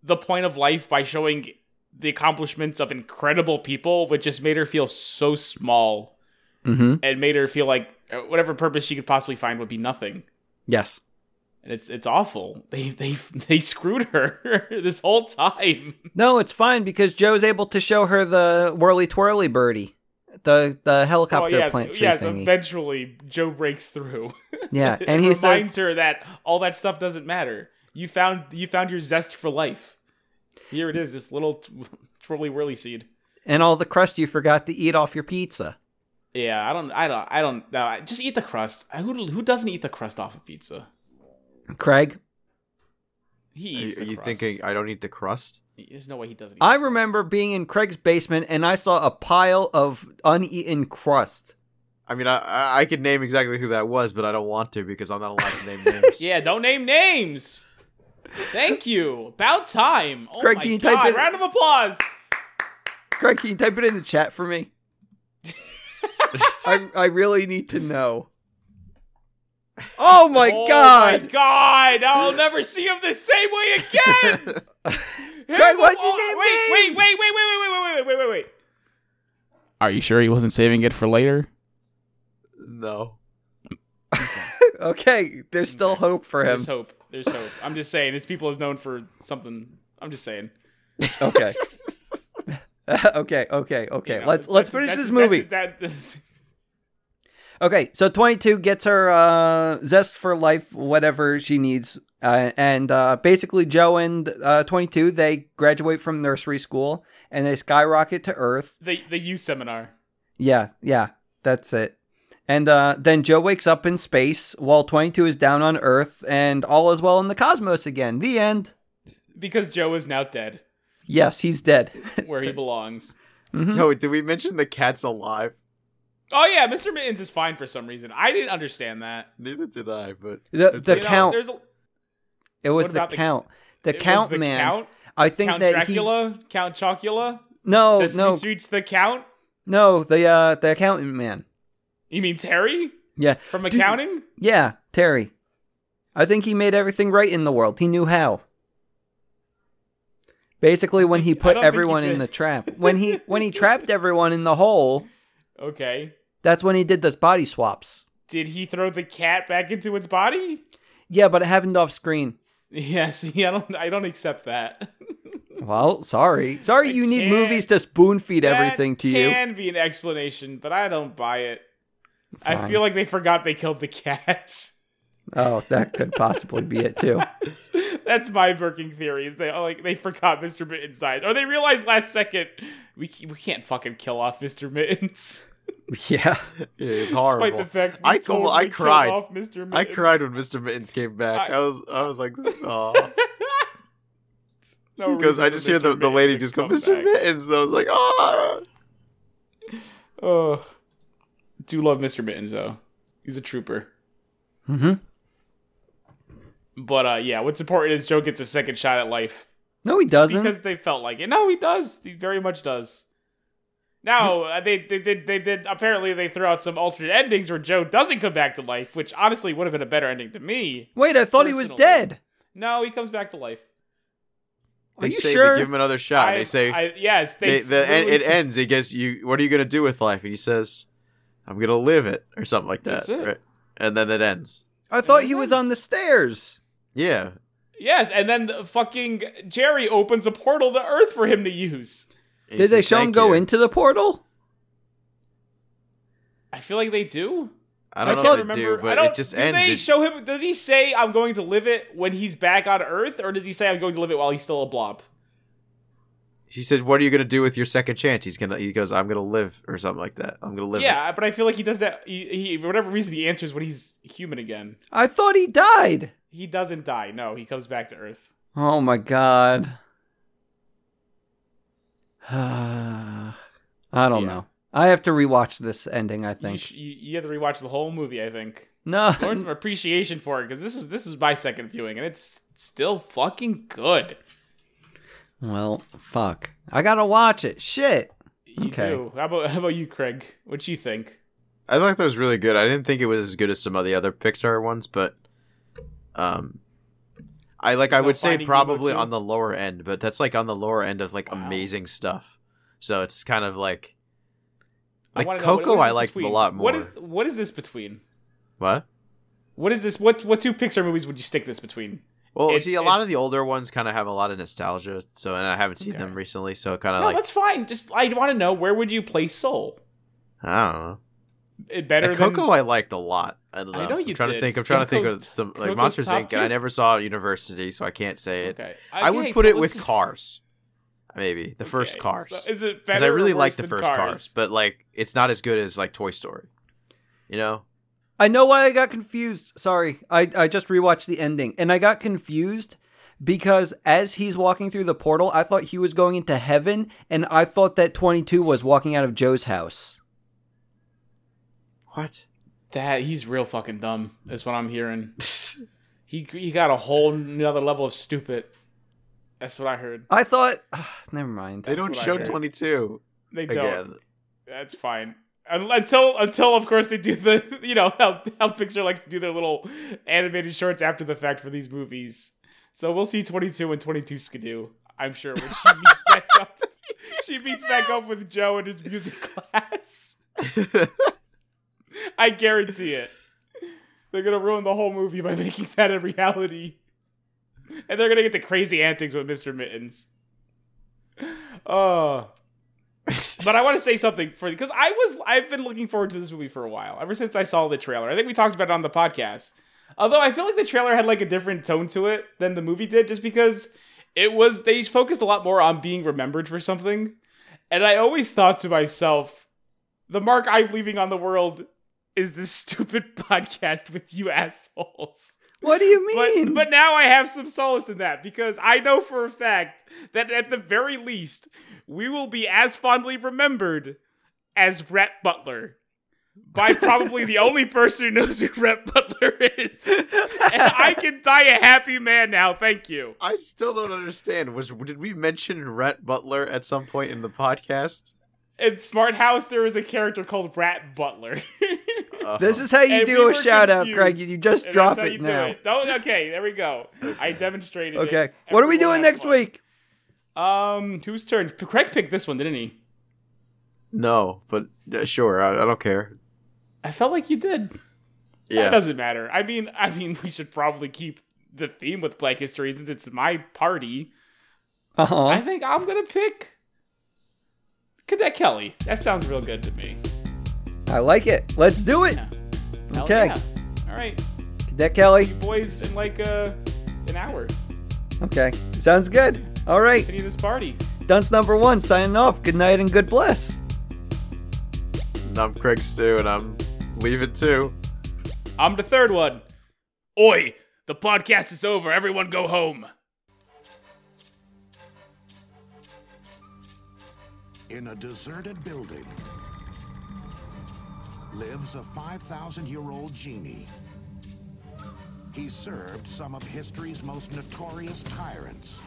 Speaker 3: the point of life by showing the accomplishments of incredible people which just made her feel so small
Speaker 1: Mm-hmm.
Speaker 3: and made her feel like uh, whatever purpose she could possibly find would be nothing
Speaker 1: Yes.
Speaker 3: and it's it's awful they they they screwed her this whole time
Speaker 1: No, it's fine because Joe's able to show her the whirly twirly birdie, the the helicopter
Speaker 3: oh, yes,
Speaker 1: plant tree
Speaker 3: yes
Speaker 1: thingy.
Speaker 3: eventually joe breaks through
Speaker 1: yeah, and
Speaker 3: it
Speaker 1: he
Speaker 3: reminds
Speaker 1: says,
Speaker 3: her that all that stuff doesn't matter. You found you found your zest for life. Here it is, this little tw- twirly whirly seed.
Speaker 1: and all the crust you forgot to eat off your pizza.
Speaker 3: Yeah, I don't, I don't, I don't. No, I- just eat the crust. I- Who who doesn't eat the crust off of pizza?
Speaker 1: Craig,
Speaker 3: He
Speaker 2: Are,
Speaker 3: eats.
Speaker 2: you-
Speaker 3: the
Speaker 2: are you
Speaker 3: crust.
Speaker 2: thinking uh, I don't eat the crust?
Speaker 3: There's no way he doesn't. Eat
Speaker 1: I
Speaker 3: the crust.
Speaker 1: remember being in Craig's basement and I saw a pile of uneaten crust.
Speaker 2: I mean, I- I I could name exactly who that was, but I don't want to because I'm not allowed to name names.
Speaker 3: Yeah, don't name names. Thank you. About time. Oh
Speaker 1: Craig,
Speaker 3: my
Speaker 1: can you type
Speaker 3: God.
Speaker 1: in-
Speaker 3: Round of applause.
Speaker 1: Craig, can you type it in the chat for me? I I really need to know. Oh my
Speaker 3: oh
Speaker 1: god!
Speaker 3: my God! I'll never see him the same way again.
Speaker 1: Craig, why'd you
Speaker 3: Oh,
Speaker 1: name
Speaker 3: wait,
Speaker 1: names?
Speaker 3: wait, wait, wait, wait, wait, wait, wait, wait, wait, wait, wait. Are you sure he wasn't saving it for later?
Speaker 2: No.
Speaker 1: Okay, there's still hope for him.
Speaker 3: There's hope. There's hope. I'm just saying, this people is known for something. I'm just saying.
Speaker 1: Okay. okay, okay, okay.
Speaker 3: You know,
Speaker 1: let's let's
Speaker 3: that's- that's-
Speaker 1: finish
Speaker 3: that's-
Speaker 1: this movie.
Speaker 3: that's- that-
Speaker 1: Okay, so 22 gets her uh, zest for life, whatever she needs. Uh, and uh, basically, Joe and uh, 22, they graduate from nursery school and they skyrocket to Earth.
Speaker 3: the the U seminar.
Speaker 1: Yeah, yeah, that's it. And uh, then Joe wakes up in space while 22 is down on Earth and all is well in the cosmos again. The end.
Speaker 3: Because Joe is now dead,
Speaker 1: Yes, he's dead. Mm-hmm.
Speaker 3: where he belongs.
Speaker 2: No, did we mention the cat's alive?
Speaker 3: Oh yeah, Mr. Mittens is fine for some reason. I didn't understand that.
Speaker 2: Neither did I, but
Speaker 1: The,
Speaker 2: It's-
Speaker 1: the
Speaker 3: You know,
Speaker 1: count.
Speaker 3: there's a-
Speaker 1: it was
Speaker 3: what
Speaker 1: the
Speaker 3: about the-
Speaker 1: count. The,
Speaker 3: it was
Speaker 1: count
Speaker 3: the
Speaker 1: man.
Speaker 3: Count,
Speaker 1: I think
Speaker 3: count
Speaker 1: that
Speaker 3: Dracula, Count Chocula.
Speaker 1: he. No,
Speaker 3: Sesame
Speaker 1: no,
Speaker 3: Street's the Count.
Speaker 1: no. The uh, the accountant man.
Speaker 3: You mean Terry
Speaker 1: Yeah.
Speaker 3: from
Speaker 1: Dude.
Speaker 3: accounting?
Speaker 1: Yeah, Terry. I think he made everything right in the world. He knew how. Basically, when he
Speaker 3: think- I
Speaker 1: put
Speaker 3: don't think he
Speaker 1: everyone in
Speaker 3: did.
Speaker 1: the trap, when he when he trapped everyone in the hole,
Speaker 3: Okay.
Speaker 1: that's when he did those body swaps.
Speaker 3: Did he throw the cat back into its body?
Speaker 1: Yeah, but it happened off screen.
Speaker 3: Yes, yeah, I don't I don't accept that.
Speaker 1: Well, sorry, sorry. You need
Speaker 3: can't-
Speaker 1: movies to spoon feed everything
Speaker 3: That
Speaker 1: to you.
Speaker 3: Can be an explanation, but I don't buy it. I
Speaker 1: Fine.
Speaker 3: feel like they forgot they killed the cat.
Speaker 1: Oh, that could possibly be it too.
Speaker 3: That's my working theory. Is they oh, like they forgot Mr. Mittens dies, or they realized last second we ca- we can't fucking kill off Mr. Mittens.
Speaker 1: Yeah.
Speaker 2: yeah, it's horrible.
Speaker 3: Despite the fact we
Speaker 2: I co-
Speaker 3: totally
Speaker 2: I
Speaker 3: killed
Speaker 2: cried.
Speaker 3: Off Mr. Mittens.
Speaker 2: I cried when Mr. Mittens came back.
Speaker 3: I-
Speaker 2: I, was I was like, oh.
Speaker 3: No
Speaker 2: because
Speaker 3: reason
Speaker 2: I
Speaker 3: for
Speaker 2: just hear
Speaker 3: Mr.
Speaker 2: the, the
Speaker 3: Mittens
Speaker 2: lady
Speaker 3: to
Speaker 2: just go,
Speaker 3: come
Speaker 2: Mr.
Speaker 3: back.
Speaker 2: Mittens. And I was like, oh.
Speaker 3: Oh, do love Mr. Mittens though. He's a trooper.
Speaker 1: hmm
Speaker 2: Mm-hmm.
Speaker 3: But uh, yeah, what's important is Joe gets a second shot at life
Speaker 1: No, he doesn't.
Speaker 3: because they felt like it. No, he does. He very much does. Now uh, they they did they did apparently they threw out some alternate endings where Joe doesn't come back to life, which honestly would have been a better ending to me.
Speaker 1: Wait, I thought he was
Speaker 3: Personally.
Speaker 1: dead.
Speaker 3: No, he comes back to life.
Speaker 1: Are
Speaker 2: They
Speaker 1: you
Speaker 2: say
Speaker 1: sure?
Speaker 2: They give him another shot.
Speaker 3: I-
Speaker 2: Ah, they say,
Speaker 3: I, yes.
Speaker 2: they,
Speaker 3: They,
Speaker 2: the, en-
Speaker 3: literally
Speaker 2: it
Speaker 3: say-
Speaker 2: ends. He goes, you, what are you going to do with life? And he says, I'm going to live it or something like that.
Speaker 3: That's it.
Speaker 2: right? And then it ends.
Speaker 1: I thought he was on the stairs.
Speaker 2: Yeah.
Speaker 3: Yes, and then the fucking Jerry opens a portal to Earth for him to use.
Speaker 2: He
Speaker 1: Did they
Speaker 2: says,
Speaker 1: show him
Speaker 2: "Thank
Speaker 1: go
Speaker 2: you."
Speaker 1: into the portal?
Speaker 3: I feel like they do.
Speaker 2: I don't
Speaker 1: I
Speaker 2: know if
Speaker 1: thought-
Speaker 2: they do,
Speaker 3: I
Speaker 2: but
Speaker 3: don't-
Speaker 2: it just
Speaker 3: do
Speaker 2: ends.
Speaker 3: They
Speaker 2: it-
Speaker 3: show him. Does he say I'm going to live it when he's back on Earth, or does he say I'm going to live it while he's still a blob?
Speaker 2: he said, "What are you gonna do with your second chance?" He's gonna. He goes, "I'm gonna live" or something like that. I'm gonna live. it."
Speaker 3: Yeah, but I feel like he does that. He, he for whatever reason he answers when he's human again.
Speaker 1: I thought he died.
Speaker 3: He doesn't die. No, he comes back to Earth.
Speaker 1: Oh my god. I don't
Speaker 3: Yeah.
Speaker 1: know. I have to rewatch this ending, I
Speaker 3: You,
Speaker 1: think.
Speaker 3: sh- you, you have to rewatch the whole movie. I think
Speaker 1: no.
Speaker 3: learn some appreciation for it because this is this is my second viewing and it's still fucking good.
Speaker 1: Well, fuck. I gotta watch it. Shit.
Speaker 3: You
Speaker 1: Okay.
Speaker 3: do. How about how about you, Craig? What you think?
Speaker 2: I thought that was really good. I didn't think it was as good as some of the other Pixar ones, but um I like I
Speaker 3: No
Speaker 2: would say
Speaker 3: Finding Nemo
Speaker 2: probably
Speaker 3: too?
Speaker 2: on the lower end, but that's like on the lower end of like
Speaker 3: Wow.
Speaker 2: amazing stuff. So it's kind of like like
Speaker 3: wanna know, what-
Speaker 2: Coco
Speaker 3: what is
Speaker 2: I
Speaker 3: this
Speaker 2: liked
Speaker 3: between?
Speaker 2: a lot more.
Speaker 3: What is what is this between?
Speaker 2: What?
Speaker 3: What is this? What what two Pixar movies would you stick this between?
Speaker 2: Well,
Speaker 3: It's-
Speaker 2: see a lot
Speaker 3: it's-
Speaker 2: of the older ones kind of have a lot of nostalgia, so and I haven't seen
Speaker 3: Okay.
Speaker 2: them recently, so kind of
Speaker 3: no,
Speaker 2: like
Speaker 3: that's fine. Just I want to know where would you place Soul?
Speaker 2: I don't know.
Speaker 3: It better
Speaker 2: And Coco
Speaker 3: than
Speaker 2: I liked a lot. I don't know.
Speaker 3: I know you
Speaker 2: am trying
Speaker 3: did.
Speaker 2: to think. I'm trying to think of
Speaker 3: Coco's-
Speaker 2: some like
Speaker 3: Coco's
Speaker 2: Monsters
Speaker 3: top
Speaker 2: Inc. and I
Speaker 3: two.
Speaker 2: never saw University, so I can't say it.
Speaker 3: Okay.
Speaker 2: I
Speaker 3: Okay,
Speaker 2: would put
Speaker 3: so
Speaker 2: it with
Speaker 3: let's-
Speaker 2: cars. Maybe the first
Speaker 3: okay,
Speaker 2: cars.
Speaker 3: so is it
Speaker 2: Because
Speaker 3: better?
Speaker 2: I
Speaker 3: or
Speaker 2: really
Speaker 3: worse
Speaker 2: like the
Speaker 3: than
Speaker 2: first cars. but like it's not as good as like Toy Story. You know?
Speaker 1: I know why I got confused. Sorry. I, I just rewatched the ending and I got confused because as he's walking through the portal, I thought he was going into heaven and I thought that 22 was walking out of Joe's house.
Speaker 2: What?
Speaker 3: That he's real fucking dumb. Is what I'm hearing. He he got a whole nother level of stupid. That's what I heard.
Speaker 1: I thought. never mind.
Speaker 2: they don't
Speaker 3: what I
Speaker 2: show
Speaker 3: heard.
Speaker 2: twenty two
Speaker 3: They don't.
Speaker 2: again.
Speaker 3: That's fine. Un- Until until of course they do the you know how how Pixar likes to do their little animated shorts after the fact for these movies. So we'll see 22 and 22 Skidoo. I'm sure when she meets back up. She meets back up with Joe in his music class. I guarantee it. They're gonna ruin the whole movie by making that a reality, and they're gonna get the crazy antics with Mister Mittens. Oh, but I want to say something for because I was I've been looking forward to this movie for a while ever since I saw the trailer. I think we talked about it on the podcast. Although I feel like the trailer had like a different tone to it than the movie did, just because it was they focused a lot more on being remembered for something. And I always thought to myself, the mark I'm leaving on the world is this stupid podcast with you assholes.
Speaker 1: What do you mean?
Speaker 3: But, but now I have some solace in that because I know for a fact that at the very least, we will be as fondly remembered as Rhett Butler by probably the only person who knows who Rhett Butler is. And I can die a happy man now. Thank you.
Speaker 2: I still don't understand. Was did we mention Rhett Butler at some point in the podcast?
Speaker 3: In Smart House, there is a character called Rat Butler.
Speaker 2: Uh,
Speaker 1: this is how you
Speaker 3: And
Speaker 1: do
Speaker 3: we
Speaker 1: a
Speaker 3: were
Speaker 1: shout out,
Speaker 3: confused,
Speaker 1: Craig. You, you just
Speaker 3: And
Speaker 1: drop
Speaker 3: that's how
Speaker 1: it
Speaker 3: you do
Speaker 1: now.
Speaker 3: it. Don't- okay, there we go. I demonstrated. it.
Speaker 1: Okay. What are we
Speaker 3: Everyone
Speaker 1: doing
Speaker 3: had
Speaker 1: next
Speaker 3: fun.
Speaker 1: week?
Speaker 3: Um, whose turn? Craig picked this one, didn't he?
Speaker 2: no, but uh, sure, I, I don't care.
Speaker 3: I felt like you did. It
Speaker 2: Yeah,
Speaker 3: doesn't matter. I mean, I mean, we should probably keep the theme with Black History since it's my party. I
Speaker 1: Uh-huh.
Speaker 3: think I'm gonna pick Cadet Kelly. That sounds real good to me.
Speaker 1: I like it. Let's do it.
Speaker 3: Hell
Speaker 1: Okay.
Speaker 3: yeah. All right,
Speaker 1: Cadet Kelly.
Speaker 3: you boys in like uh, an hour.
Speaker 1: Okay. Sounds good. All right.
Speaker 3: Continue this party.
Speaker 1: Dunce number one signing off. Good night and good bless.
Speaker 2: And I'm Craig Stew, and I'm leaving too.
Speaker 3: I'm the third one. Oi, the podcast is over. Everyone go home.
Speaker 4: In a deserted building lives a 5,000 year old genie. He served some of history's most notorious tyrants.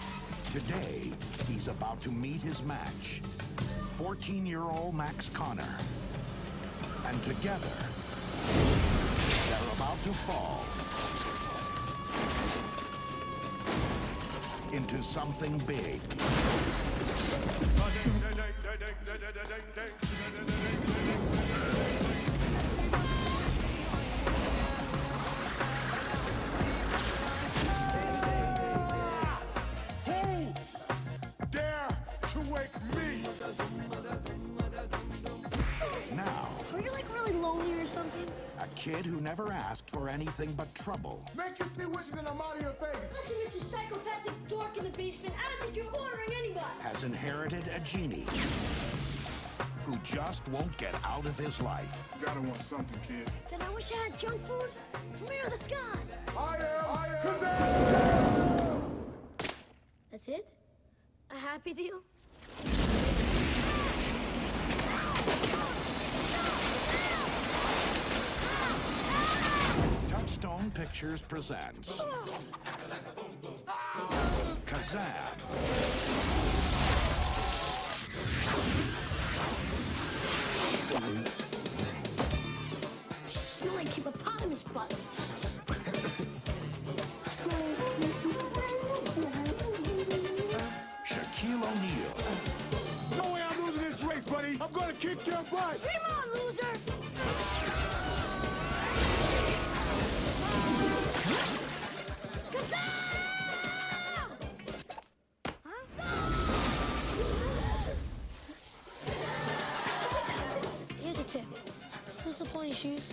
Speaker 4: Today, he's about to meet his match 14 year old Max Connor. And together, they're about to fall into something big. Who dare to wake me? Now,
Speaker 5: Are you like really lonely or something?
Speaker 4: a kid kid who never asked for anything but trouble.
Speaker 6: Make your be wishing that I'm out of your face.
Speaker 5: Not to mention psychopathic dork in the basement. I don't think you're ordering anybody.
Speaker 4: has inherited a genie who just won't get out of his life.
Speaker 6: You gotta want something, kid.
Speaker 5: Then I wish I had junk food from here to the sky.
Speaker 6: I am. I am.
Speaker 5: That's it? A happy deal?
Speaker 4: Touchstone Pictures presents Kazam,
Speaker 5: Smell like hippopotamus butt.
Speaker 4: Shaquille O'Neal,
Speaker 6: No way I'm losing this race, buddy. I'm gonna kick your butt.
Speaker 5: Dream on, loser! Here's a tip. What's the point of shoes?